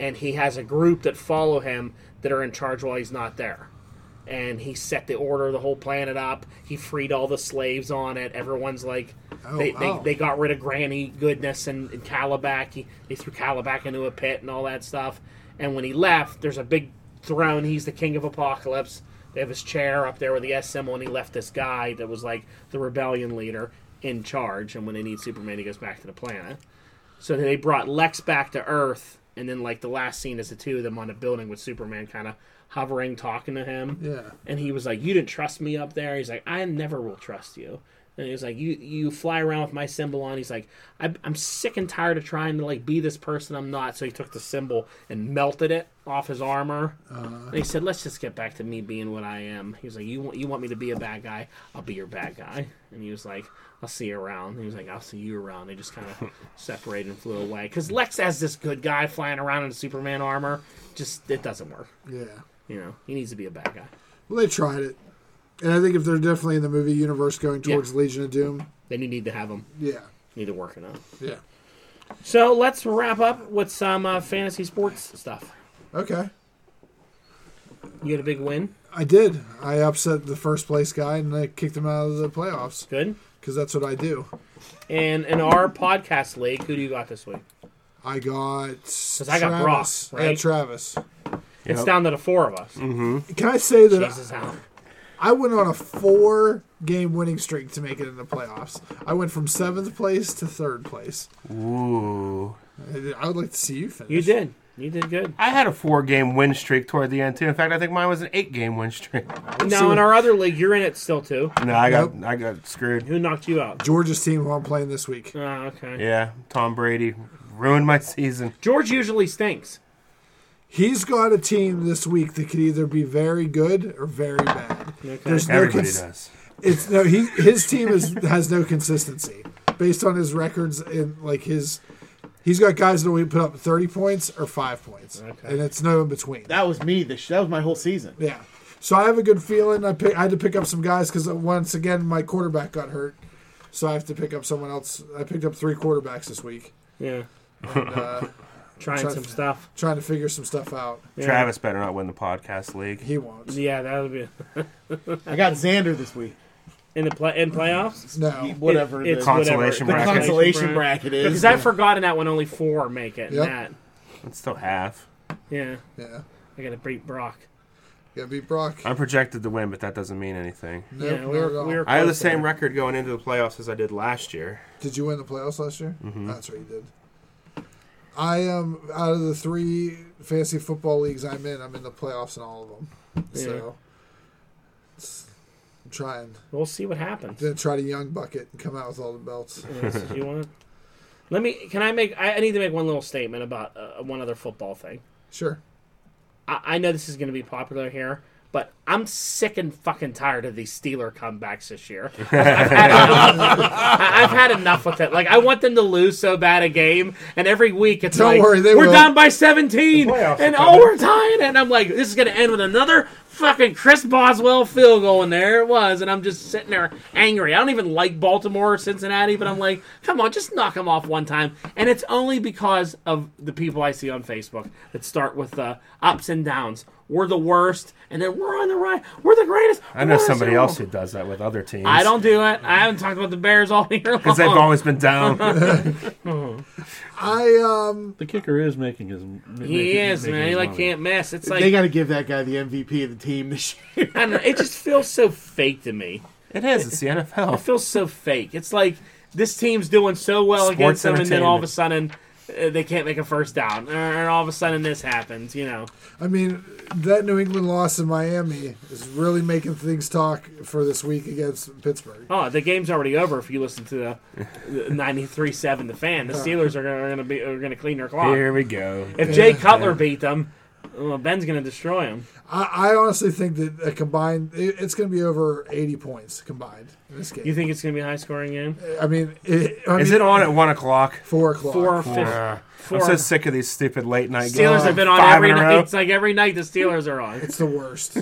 and he has a group that follow him that are in charge while he's not there. And he set the order, of the whole planet up. He freed all the slaves on it. Everyone's like,
Oh,
they,
wow.
they, they got rid of Granny Goodness and, and Calabac. He, they threw Calabac into a pit and all that stuff. And when he left, there's a big throne. He's the king of apocalypse. They have his chair up there with the S symbol, and he left this guy that was like the rebellion leader in charge. And when they need Superman, he goes back to the planet. So they brought Lex back to Earth, and then like the last scene is the two of them on a building with Superman kind of hovering, talking to him.
Yeah.
And he was like, "You didn't trust me up there." He's like, "I never will trust you." And he was like, "You you fly around with my symbol on." He's like, I'm, "I'm sick and tired of trying to like be this person I'm not." So he took the symbol and melted it off his armor. and he said, "Let's just get back to me being what I am." He was like, "You want you want me to be a bad guy? I'll be your bad guy." And he was like, "I'll see you around." And he was like, "I'll see you around." They just kind of separated and flew away because Lex has this good guy flying around in Superman armor. Just it doesn't work.
Yeah.
You know, he needs to be a bad guy.
Well, they tried it, and I think if they're definitely in the movie universe going towards Legion of Doom,
Then you need to have him.
yeah,
Need to work it out.
yeah.
So let's wrap up with some uh, fantasy sports stuff.
Okay.
You had a big win.
I did. I upset the first place guy and I kicked him out of the playoffs
Good.
because that's what I do.
And in our podcast league, who do you got this week?
I got.
I got
Travis.
Brock,
I
right?
got Travis.
It's down to the four of us.
Can I say that
Jesus, Alan.
I went on a four game winning streak to make it in the playoffs? I went from seventh place to third place.
Ooh.
I I would like to see you finish.
You did. You did good.
I had a four game win streak toward the end too. In fact, I think mine was an eight game win streak.
Now in our other league, you're in it still too.
No, I got
Nope.
I got screwed.
Who knocked you out?
Georgia's team who I'm playing this week.
Oh, okay.
Yeah, Tom Brady ruined my season.
George usually stinks.
He's got a team this week that could either be very good or very bad. There's
Everybody
cons-
does.
It's no he his team is has no consistency based on his records and like his he's got guys that only put up 30 points or 5 points and it's no in between.
That was me. This that was my whole season.
Yeah. So I have a good feeling. I pick, I had to pick up some guys because once again my quarterback got hurt, so I have to pick up someone else. I picked up three quarterbacks this week,
Yeah.
uh,
Trying
Try-
some stuff.
trying to figure some stuff out.
Yeah.
Travis better not win the podcast league.
He won't.
Yeah, that would be
I got Xander this week.
in the play in playoffs.
No.
Whatever
It- it's
the,
Consolation
the
whatever.
bracket.
consolation bracket is.
Because I've forgotten that when only four make it. and
Yep.
That.
It's still half.
Yeah.
Yeah.
I gotta beat Brock.
Gotta beat Brock.
I'm projected to win, but that doesn't mean anything.
No,
yeah, we were, we were
I have the
close
same
there.
record going into the playoffs as I did last year.
Did you win the playoffs last year?
Mm-hmm.
That's right, you did. I am out of the three fantasy football leagues I'm in. I'm in the playoffs in all of them.
Yeah.
So it's- I'm trying.
We'll see what happens.
Gonna try to young bucket and come out with all the belts.
Yes, if you want. Let me. Can I make? I, I need to make one little statement about uh, one other football thing.
Sure.
I, I know this is going to be popular here, but I'm sick and fucking tired of these Steeler comebacks this year. I've had enough. I- I've had enough with it. Like I want them to lose so bad a game, and every week it's
Don't
like
worry, they
we're
will."
down by 17,
The playoffs
and
are
oh
coming.
we're tying, and I'm like this is going to end with another fucking Chris Boswell field goal, and there it was, and I'm just sitting there angry. I don't even like Baltimore or Cincinnati, but I'm like, come on, just knock them off one time, and it's only because of the people I see on Facebook that start with uh, ups and downs. We're the worst, and then we're on the right. We're the greatest.
I know
We're
somebody
so-
else who does that with other teams.
I don't do it. I haven't talked about the Bears all year long.
because they've always been down.
I um
The kicker is making his. m-
He
making-
is,
making
man.
his
He like
money.
can't miss. It's like
they got to give that guy the MVP of the team this year.
I don't know. It just feels so fake to me.
it is. It's the
It
NFL.
feels so fake. It's like this team's doing so well against
Sports
them, and then all of a
entertainment.
sudden uh, they can't make a first down, and all of a sudden this happens. You know,
I mean, that New England loss in Miami is really making things talk for this week against Pittsburgh.
oh, the game's already over. If you listen to the ninety-three-seven, the fan, the Steelers are going to be are going to clean their clock.
Here we go.
If Jay Cutler beat them, well, Ben's going to destroy him.
I, I honestly think that a combined, it, it's going to be over 80 points combined in this
You
game.
think it's going to be a high-scoring game?
I mean, it, I
Is
mean,
it on at one o'clock?
Four o'clock.
Four, fifth.
Uh,
four.
I'm so sick of these stupid late night
Steelers
games.
have been on
Five
every
in a
night.
row.
It's like every night the Steelers are on.
It's the worst.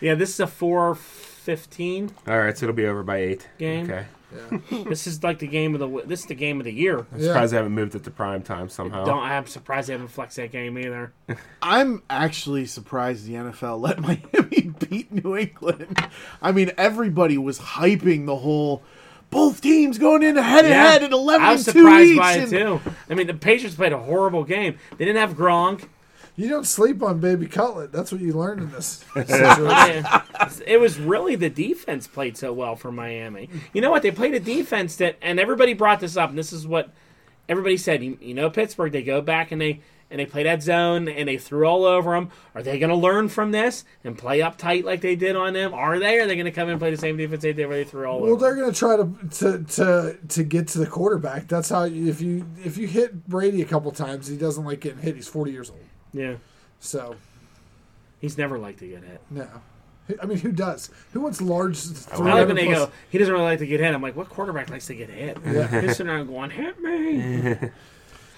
Yeah, this is a four fifteen
All right, so it'll be over by eight.
Game.
Okay.
This is like the game of the w- this is the game of the year.
I'm surprised they haven't moved it to prime time somehow.
Don't I'm surprised they haven't flexed that game either.
I'm actually surprised the NFL let Miami beat New England. I mean, everybody was hyping the whole both teams going in head to head at 11
I was
and 2
surprised
each.
by it
and-
too. I mean, the Patriots played a horrible game. They didn't have Gronk.
you don't sleep on baby cutlet. That's what you learn in this. situation.
Yeah. it was really the defense played so well for Miami. You know what? They played a defense that, and everybody brought this up. And this is what everybody said. You, you know, Pittsburgh. They go back and they and they play that zone and they threw all over them. Are they going to learn from this and play up tight like they did on them? Are they? Are they going to come in and play the same defense they did where they threw all
Well,
over? 'em?
they're going to try to, to to to get to the quarterback. That's how you- if you if you hit Brady a couple times, he doesn't like getting hit. He's forty years old,
Yeah,
so
he's never liked to get hit.
No. Who- I mean, who does? Who wants large?
I
I like when
300
they
plus-
go. He doesn't really like to get hit. I'm like, what quarterback likes to get hit?
Yeah.
He's sitting around going, hit me.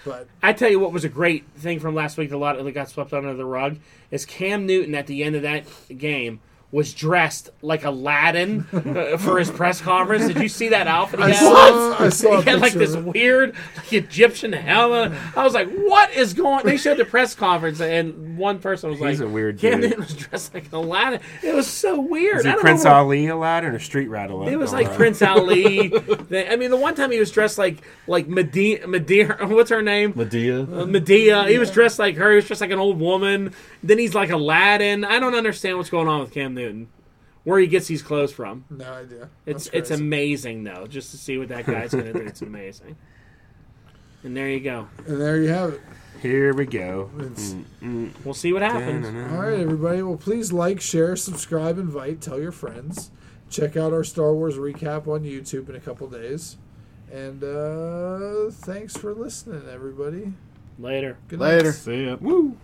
But
I tell you what was a great thing from last week. that A lot that got swept under the rug is Cam Newton at the end of that game was dressed like Aladdin uh, for his press conference. Did you see that outfit? He
I
had
saw, I saw a
he had like
picture of
this
it.
weird like, Egyptian helmet. I was like, "What is going?" They showed the press conference, and one person was
He's
like,
a weird
Cam
dude.
Newton was dressed like Aladdin. It was so weird.
Is
I
it
don't
Prince
know what-
Ali Aladdin or Street Rat Aladdin?
it was
I
like
don't know.
Prince Ali. They- I mean, the one time he was dressed like like Medea. Medea what's her name? Uh,
Medea.
Medea. He was dressed like her. He was dressed like an old woman. Then he's like Aladdin. I don't understand what's going on with Cam Newton, where he gets these clothes from.
no idea.
It's
That's
it's
crazy.
amazing though, just to see what that guy's going to do. It's amazing. And there you go.
And there you have it.
Here we go.
It's-
We'll see what happens.
All right, everybody. Well, please like, share, subscribe, invite, tell your friends. Check out our Star Wars recap on YouTube in a couple days. And uh, thanks for listening, everybody.
Later.
Good night.
Later.
See ya.
Woo.